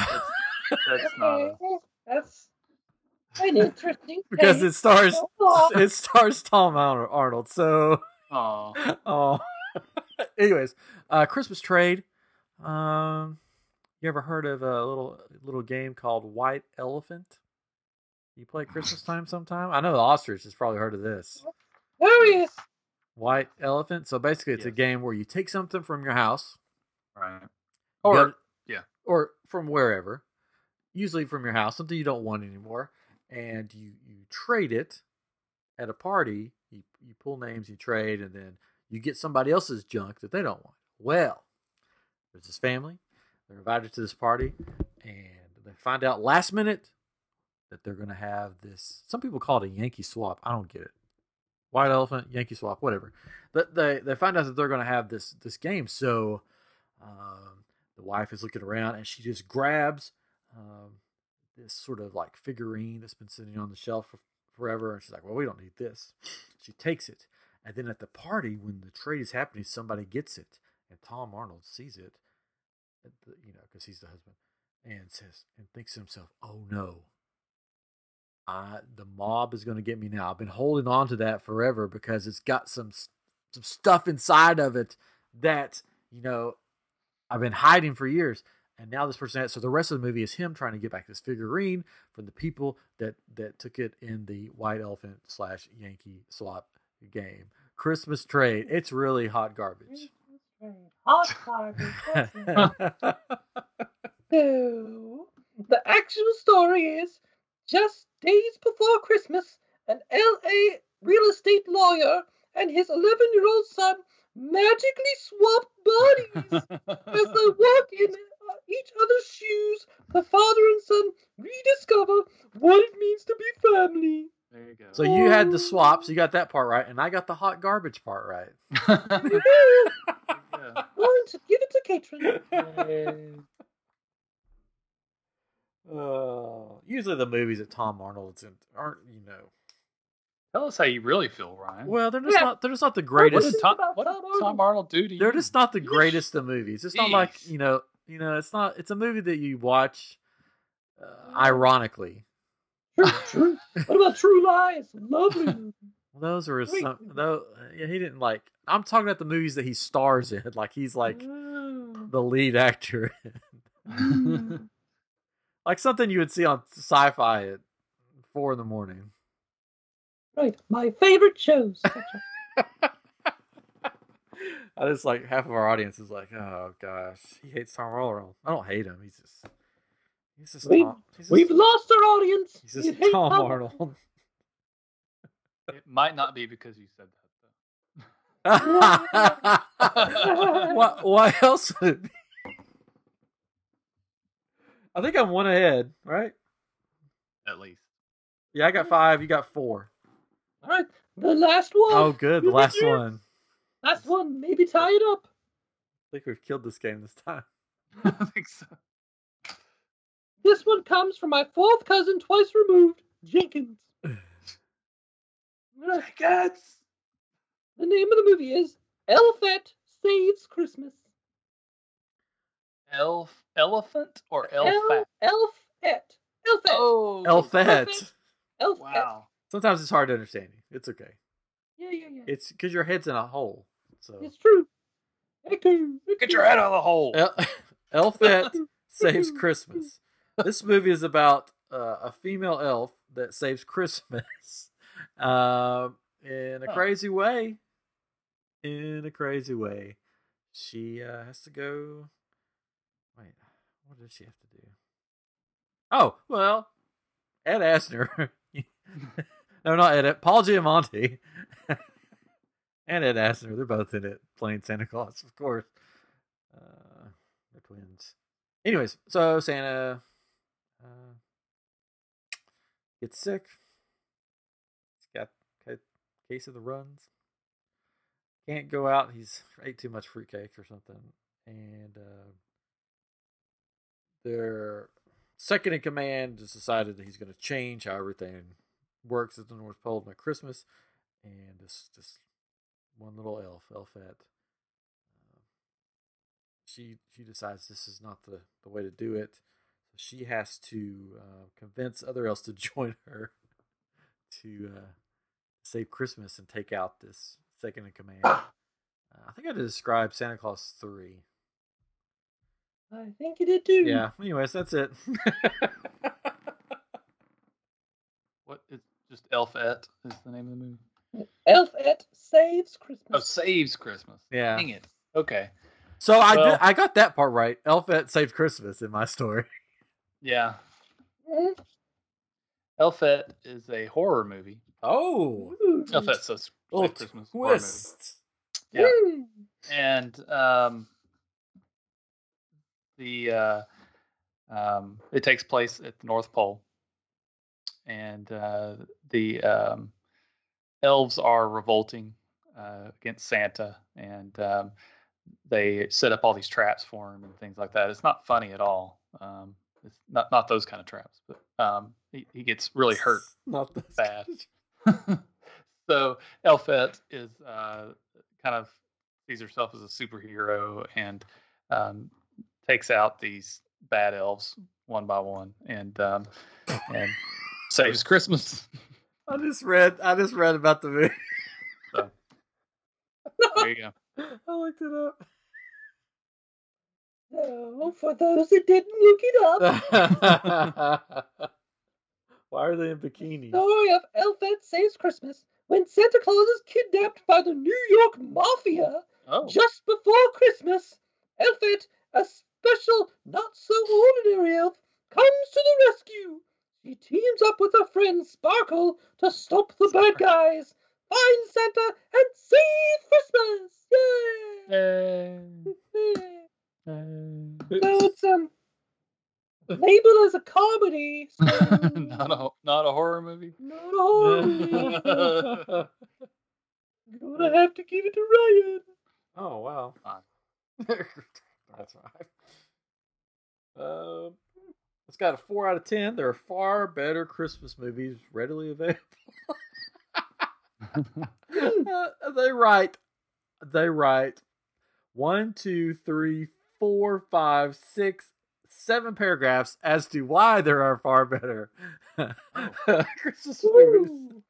[SPEAKER 2] That's not a,
[SPEAKER 3] Okay, That's an interesting
[SPEAKER 1] because
[SPEAKER 3] take.
[SPEAKER 1] it stars
[SPEAKER 3] Oh,
[SPEAKER 1] it stars Tom Ar- Arnold. So,
[SPEAKER 2] aw.
[SPEAKER 1] oh, anyways, uh, Christmas trade. Um, you ever heard of a little little game called White Elephant? You play Christmas time sometime. I know the ostrich has probably heard of this.
[SPEAKER 3] there he is.
[SPEAKER 1] White elephant. So basically, it's a
[SPEAKER 2] Yes.
[SPEAKER 1] game where you take something from your house,
[SPEAKER 2] Right.
[SPEAKER 1] you
[SPEAKER 2] Or
[SPEAKER 1] go-
[SPEAKER 2] yeah.
[SPEAKER 1] or from wherever, usually from your house, something you don't want anymore, and you you trade it at a party. You you pull names, you trade, and then you get somebody else's junk that they don't want. Well, there's this family. They're invited to this party, and they find out last minute that they're going to have this. Some people call it a Yankee swap. I don't get it. White elephant, Yankee swap, whatever. But they they find out that they're going to have this this game. So um, the wife is looking around, and she just grabs um, this sort of like figurine that's been sitting on the shelf for forever. And she's like, "Well, we don't need this." She takes it, and then at the party when the trade is happening, somebody gets it, and Tom Arnold sees it, at the- you know, because he's the husband, and says and thinks to himself, "Oh no." I, the mob is going to get me now. I've been holding on to that forever because it's got some s- some stuff inside of it that you know I've been hiding for years. And now this person has so the rest of the movie is him trying to get back this figurine from the people that that took it in the white elephant slash Yankee swap game. Christmas trade. It's really hot garbage.
[SPEAKER 3] Christmas trade. Hot garbage. that's it. So, the actual story is just days before Christmas, an LA real estate lawyer and his 11 year old son magically swapped bodies. As they walk in uh, each other's shoes, the father and son rediscover what it means to be family.
[SPEAKER 2] there you go.
[SPEAKER 1] so you had the swaps, you got that part right, and I got the hot garbage part right.
[SPEAKER 2] Yeah.
[SPEAKER 3] Point, give it to Catherine.
[SPEAKER 1] Uh, usually the movies that Tom Arnold's in aren't, you know.
[SPEAKER 2] Tell us how you really feel, Ryan.
[SPEAKER 1] Well, they're just
[SPEAKER 3] Yeah.
[SPEAKER 1] not. They're just not the
[SPEAKER 2] what did
[SPEAKER 1] greatest.
[SPEAKER 2] Tom,
[SPEAKER 3] about
[SPEAKER 2] what
[SPEAKER 3] Tom
[SPEAKER 2] did Tom
[SPEAKER 3] Arnold?
[SPEAKER 2] Arnold do to you?
[SPEAKER 1] They're just not the
[SPEAKER 2] Yes.
[SPEAKER 1] greatest of movies. It's not like
[SPEAKER 2] Jeez.
[SPEAKER 1] you know. You know, it's not. It's a movie that you watch, uh, ironically.
[SPEAKER 3] True, true. what about True Lies? Lovely. movie.
[SPEAKER 1] Those are his.
[SPEAKER 3] Wait.
[SPEAKER 1] Some, though, yeah, he didn't like. I'm talking about the movies that he stars in. Like he's like
[SPEAKER 3] Mm.
[SPEAKER 1] the lead actor.
[SPEAKER 3] Mm.
[SPEAKER 1] like something you would see on sci-fi at four in the morning.
[SPEAKER 3] right, my favorite shows.
[SPEAKER 1] I just like half of our audience is like, oh gosh, he hates Tom Arnold. I don't hate him. He's just, he's just
[SPEAKER 3] We-
[SPEAKER 1] Tom. He's just,
[SPEAKER 3] We've lost our audience.
[SPEAKER 1] he's
[SPEAKER 3] You
[SPEAKER 1] just
[SPEAKER 3] hate
[SPEAKER 1] Tom
[SPEAKER 3] Tom
[SPEAKER 1] Arnold.
[SPEAKER 2] It might not be because you said that. though.
[SPEAKER 1] what? What else would it be? I think I'm one ahead, right?
[SPEAKER 2] At least.
[SPEAKER 1] Yeah, I got five. You got four.
[SPEAKER 3] All right, the last one.
[SPEAKER 1] Oh, good. The
[SPEAKER 3] You
[SPEAKER 1] last
[SPEAKER 3] did it.
[SPEAKER 1] one.
[SPEAKER 3] Last one. Maybe tie it up.
[SPEAKER 1] I think we've killed this game this time.
[SPEAKER 2] I think so.
[SPEAKER 3] This one comes from my fourth cousin, twice removed, Jenkins. Right,
[SPEAKER 2] Gets.
[SPEAKER 3] The name of the movie is Elephant Saves Christmas.
[SPEAKER 2] Elf, elephant or elfat?
[SPEAKER 3] Elf, Elfet. Elfet.
[SPEAKER 2] Oh,
[SPEAKER 1] Elfette.
[SPEAKER 3] Elfet.
[SPEAKER 2] Wow.
[SPEAKER 1] Sometimes it's hard to understand you. It's okay.
[SPEAKER 3] Yeah, yeah, yeah.
[SPEAKER 1] It's because your head's in a hole. So
[SPEAKER 3] It's true. Echo,
[SPEAKER 2] Get
[SPEAKER 3] echo.
[SPEAKER 2] your head out of the hole.
[SPEAKER 1] El- Elfette saves Christmas. This movie is about uh, a female elf that saves Christmas um, in a
[SPEAKER 2] Huh.
[SPEAKER 1] crazy way. In a crazy way, she uh, has to go. Wait, what does she have to do? Oh well, Ed Asner. no, not Ed. Paul Giamatti and Ed Asner. They're both in it playing Santa Claus, of course. Uh, they're twins. Anyways, so Santa uh, gets sick. He's got a case of the runs. Can't go out. He's ate too much fruitcake or something. And uh, their second in command has decided that he's going to change how everything works at the North Pole at Christmas. And this this one little elf, Elfette, uh, she she decides this is not the, the way to do it. So she has to uh, convince other elves to join her to uh, save Christmas and take out this second in command. Uh,
[SPEAKER 2] Ah.
[SPEAKER 1] I think I described Santa Claus three.
[SPEAKER 3] I think you did too.
[SPEAKER 1] Yeah. Anyways, that's it.
[SPEAKER 2] What is just elfet is the name of the movie?
[SPEAKER 3] Elfet Saves
[SPEAKER 2] Oh,
[SPEAKER 3] Christmas.
[SPEAKER 2] saves Christmas.
[SPEAKER 1] yeah.
[SPEAKER 2] Dang it. Okay.
[SPEAKER 1] So I
[SPEAKER 2] Well-
[SPEAKER 1] did, I got that part right. Elfette saved Christmas in my story.
[SPEAKER 2] Yeah. Oh,
[SPEAKER 3] Mhm.
[SPEAKER 2] Elfet is a horror movie.
[SPEAKER 1] Oh,
[SPEAKER 2] Elfet so it's
[SPEAKER 1] little
[SPEAKER 2] like Christmas horror movie.
[SPEAKER 1] twist.
[SPEAKER 2] Yeah.
[SPEAKER 3] Mm.
[SPEAKER 2] and um, the uh, um, it takes place at the North Pole, and uh, the um, elves are revolting uh, against Santa, and um, they set up all these traps for him and things like that. It's not funny at all. Um, it's not not those kind of traps, but um, he, he gets really hurt
[SPEAKER 1] Not this
[SPEAKER 2] bad. so Elfette is uh, kind of sees herself as a superhero and um, takes out these bad elves one by one and um, and saves Christmas.
[SPEAKER 1] I just read. I just read about the movie.
[SPEAKER 2] there you go.
[SPEAKER 1] I looked it up.
[SPEAKER 3] So, for those that didn't look it up,
[SPEAKER 1] Why are they in bikinis?
[SPEAKER 3] story of Elfette Saves Christmas when Santa Claus is kidnapped by the New York Mafia
[SPEAKER 2] Oh,
[SPEAKER 3] just before Christmas. Elfette, a special, not so ordinary elf, comes to the rescue. She teams up with her friend Sparkle to stop the bad guys, find Santa, and save Christmas! Yay!
[SPEAKER 2] Uh,
[SPEAKER 3] Yay. So it's um, labeled as a comedy. So
[SPEAKER 2] not a not a horror movie.
[SPEAKER 3] not a horror movie. You're gonna have to give it to Ryan.
[SPEAKER 1] oh wow.
[SPEAKER 2] Fine.
[SPEAKER 1] That's right. Um, It's got a four out of ten. There are far better Christmas movies readily available. Uh, they write, they write one, two, three, four, five, six, seven paragraphs as to why there are far better Christmas movies.
[SPEAKER 3] Woo.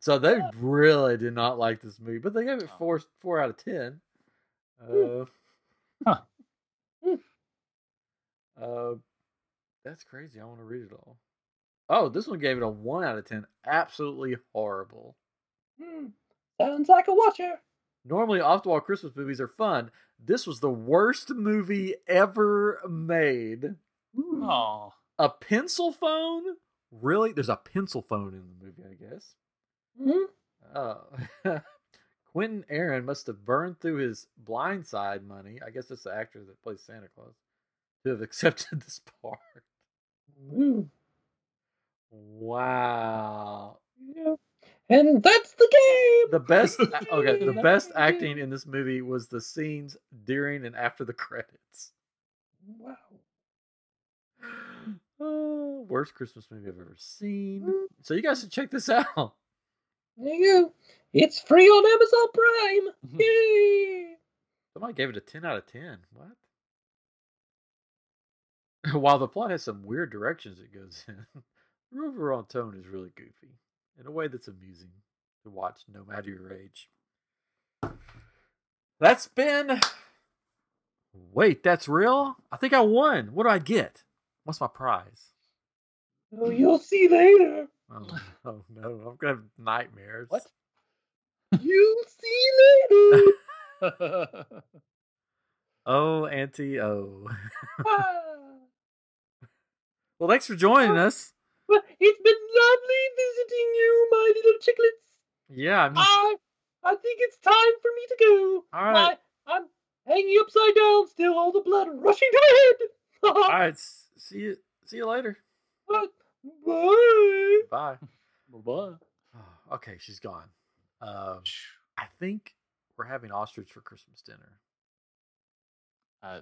[SPEAKER 1] So they really did not like this movie, but they gave it four four out of ten. Uh, Hmm.
[SPEAKER 2] Huh.
[SPEAKER 1] uh, that's crazy. I want to read it all. Oh, this one gave it a one out of ten. Absolutely horrible.
[SPEAKER 3] Hmm. Sounds like a watcher.
[SPEAKER 1] Normally, off the wall Christmas movies are fun. This was the worst movie ever made.
[SPEAKER 3] Hmm.
[SPEAKER 2] Oh,
[SPEAKER 1] A pencil phone? Really? There's a pencil phone in the movie, I guess.
[SPEAKER 3] Hmm.
[SPEAKER 1] Oh. Quentin Aaron must have burned through his blindside money. I guess that's the actor that plays Santa Claus to have accepted this part.
[SPEAKER 3] Hmm.
[SPEAKER 1] Wow.
[SPEAKER 3] Yeah. And that's the game.
[SPEAKER 1] The best okay, the best acting in this movie was the scenes during and after the credits.
[SPEAKER 3] Wow.
[SPEAKER 1] Oh, worst Christmas movie I've ever seen. So you guys should check this out.
[SPEAKER 3] There you go. It's free on Amazon Prime. Yay!
[SPEAKER 1] Somebody gave it a 10 out of 10. What? While the plot has some weird directions it goes in, the overall tone is really goofy in a way that's amusing to watch no matter your age. That's been. Wait, that's real? I think I won. What do I get? What's my prize?
[SPEAKER 3] Oh, you'll see later.
[SPEAKER 1] Oh, oh no, I'm going to have nightmares.
[SPEAKER 3] What? You'll see later.
[SPEAKER 1] Oh, Auntie O.
[SPEAKER 3] Ah.
[SPEAKER 1] Well, thanks for joining us.
[SPEAKER 3] Well, it's been lovely visiting you, my little chicklets.
[SPEAKER 1] Yeah, I'm
[SPEAKER 3] I, I think it's time for me to go.
[SPEAKER 1] Mm. All right.
[SPEAKER 3] My, I'm hanging upside down, still all the blood rushing to my head.
[SPEAKER 1] All right. s- See you. See you later.
[SPEAKER 3] Bye.
[SPEAKER 1] Bye. Oh,
[SPEAKER 2] blah.
[SPEAKER 1] okay, she's gone. Um, I think we're having ostrich for Christmas dinner.
[SPEAKER 2] I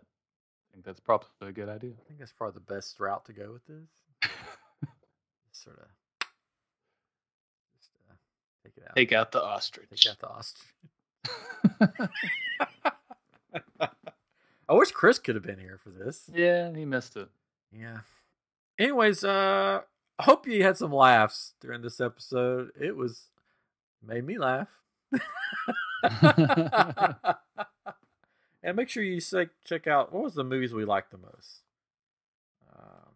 [SPEAKER 2] think that's probably a good idea.
[SPEAKER 1] I think that's probably the best route to go with this. Sort of just uh, take it out.
[SPEAKER 2] Take out the ostrich.
[SPEAKER 1] Take out the ostrich. I wish Chris could have been here for this.
[SPEAKER 2] yeah, he missed it.
[SPEAKER 1] Yeah. Anyways, uh I hope you had some laughs during this episode. It was made me laugh. and make sure you check check out what was the movies we liked the most. Um,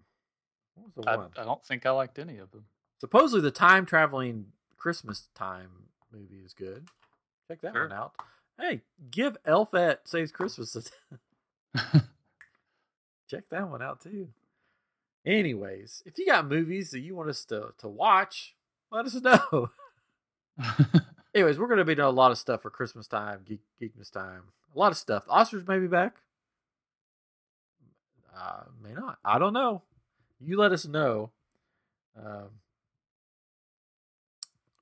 [SPEAKER 1] what was the
[SPEAKER 2] I, uh,
[SPEAKER 1] one?
[SPEAKER 2] I don't think I liked any of them.
[SPEAKER 1] Supposedly the time traveling Christmas time movie is good. Check that
[SPEAKER 2] Sure.
[SPEAKER 1] one out. Hey, give Elf at Saves Christmas a check that one out too. Anyways, if you got movies that you want us to, to watch, let us know. Anyways, we're going to be doing a lot of stuff for Christmas time, geek, geekness time, a lot of stuff. The Oscars may be back. Uh, may not. I don't know. You let us know um,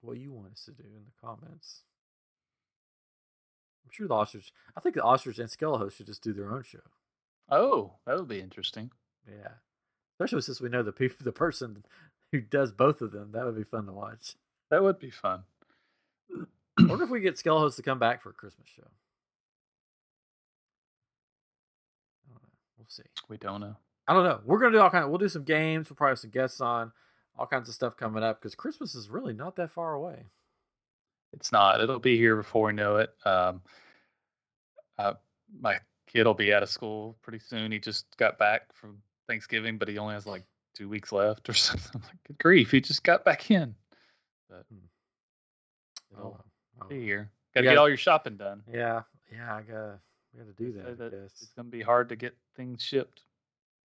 [SPEAKER 1] what you want us to do in the comments. I'm sure the Oscars, I think the Oscars and Skelehost should just do their own show.
[SPEAKER 2] oh, that would be interesting.
[SPEAKER 1] Yeah. Especially since we know the people, the person who does both of them. That would be fun to watch.
[SPEAKER 2] That would be fun.
[SPEAKER 1] I wonder if we get Skellhost to come back for a Christmas show. I don't know. We'll see.
[SPEAKER 2] We don't know.
[SPEAKER 1] I don't know. We're gonna do all kind. Of, we'll do some games. We'll probably have some guests on. All kinds of stuff coming up because Christmas is really not that far away.
[SPEAKER 2] It's not. It'll be here before we know it. Um, uh, my kid will be out of school pretty soon. He just got back from Thanksgiving, but he only has like two weeks left or something. I'm like, good grief, he just got back in. But
[SPEAKER 1] Hmm.
[SPEAKER 2] Oh,
[SPEAKER 1] I don't know. I don't
[SPEAKER 2] be
[SPEAKER 1] know.
[SPEAKER 2] here. Got to
[SPEAKER 1] Yeah.
[SPEAKER 2] get all your shopping done.
[SPEAKER 1] Yeah, yeah. I gotta, we gotta do
[SPEAKER 2] They
[SPEAKER 1] that.
[SPEAKER 2] say
[SPEAKER 1] I
[SPEAKER 2] that
[SPEAKER 1] guess.
[SPEAKER 2] It's going to be hard to get things shipped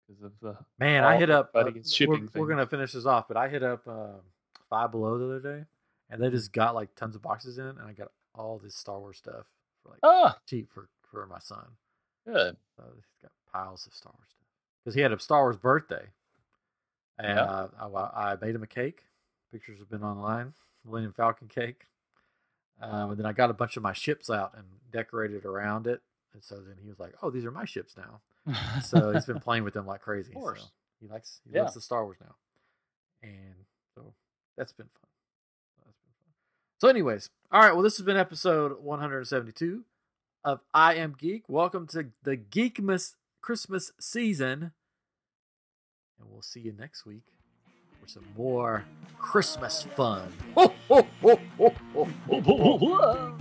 [SPEAKER 2] because of the.
[SPEAKER 1] Man, I
[SPEAKER 2] all
[SPEAKER 1] hit up. uh,
[SPEAKER 2] everybody is
[SPEAKER 1] we're,
[SPEAKER 2] shipping
[SPEAKER 1] we're
[SPEAKER 2] things.
[SPEAKER 1] gonna finish this off, but I hit up uh, Five Below the other day, and they just got like tons of boxes in, and I got all this Star Wars stuff for like
[SPEAKER 2] Oh,
[SPEAKER 1] cheap for for my son.
[SPEAKER 2] good.
[SPEAKER 1] So he's got piles of Star Wars stuff because he had a Star Wars birthday, and
[SPEAKER 2] Yeah.
[SPEAKER 1] uh, I, I, I made him a cake. Pictures have been online, Millennium Falcon cake, um, and then I got a bunch of my ships out and decorated around it. And so then he was like, "Oh, these are my ships now." So he's been playing with them like crazy.
[SPEAKER 2] Of course.
[SPEAKER 1] so He likes he
[SPEAKER 2] Yeah.
[SPEAKER 1] loves the Star Wars now, and so that's been fun. That's been fun. So, anyways, all right. Well, this has been episode 172 of I Am Geek. Welcome to the Geekmas Christmas season, and we'll see you next week for some more Christmas fun. Ho, ho, ho, ho, ho, ho.
[SPEAKER 2] Whoa, whoa, whoa, whoa.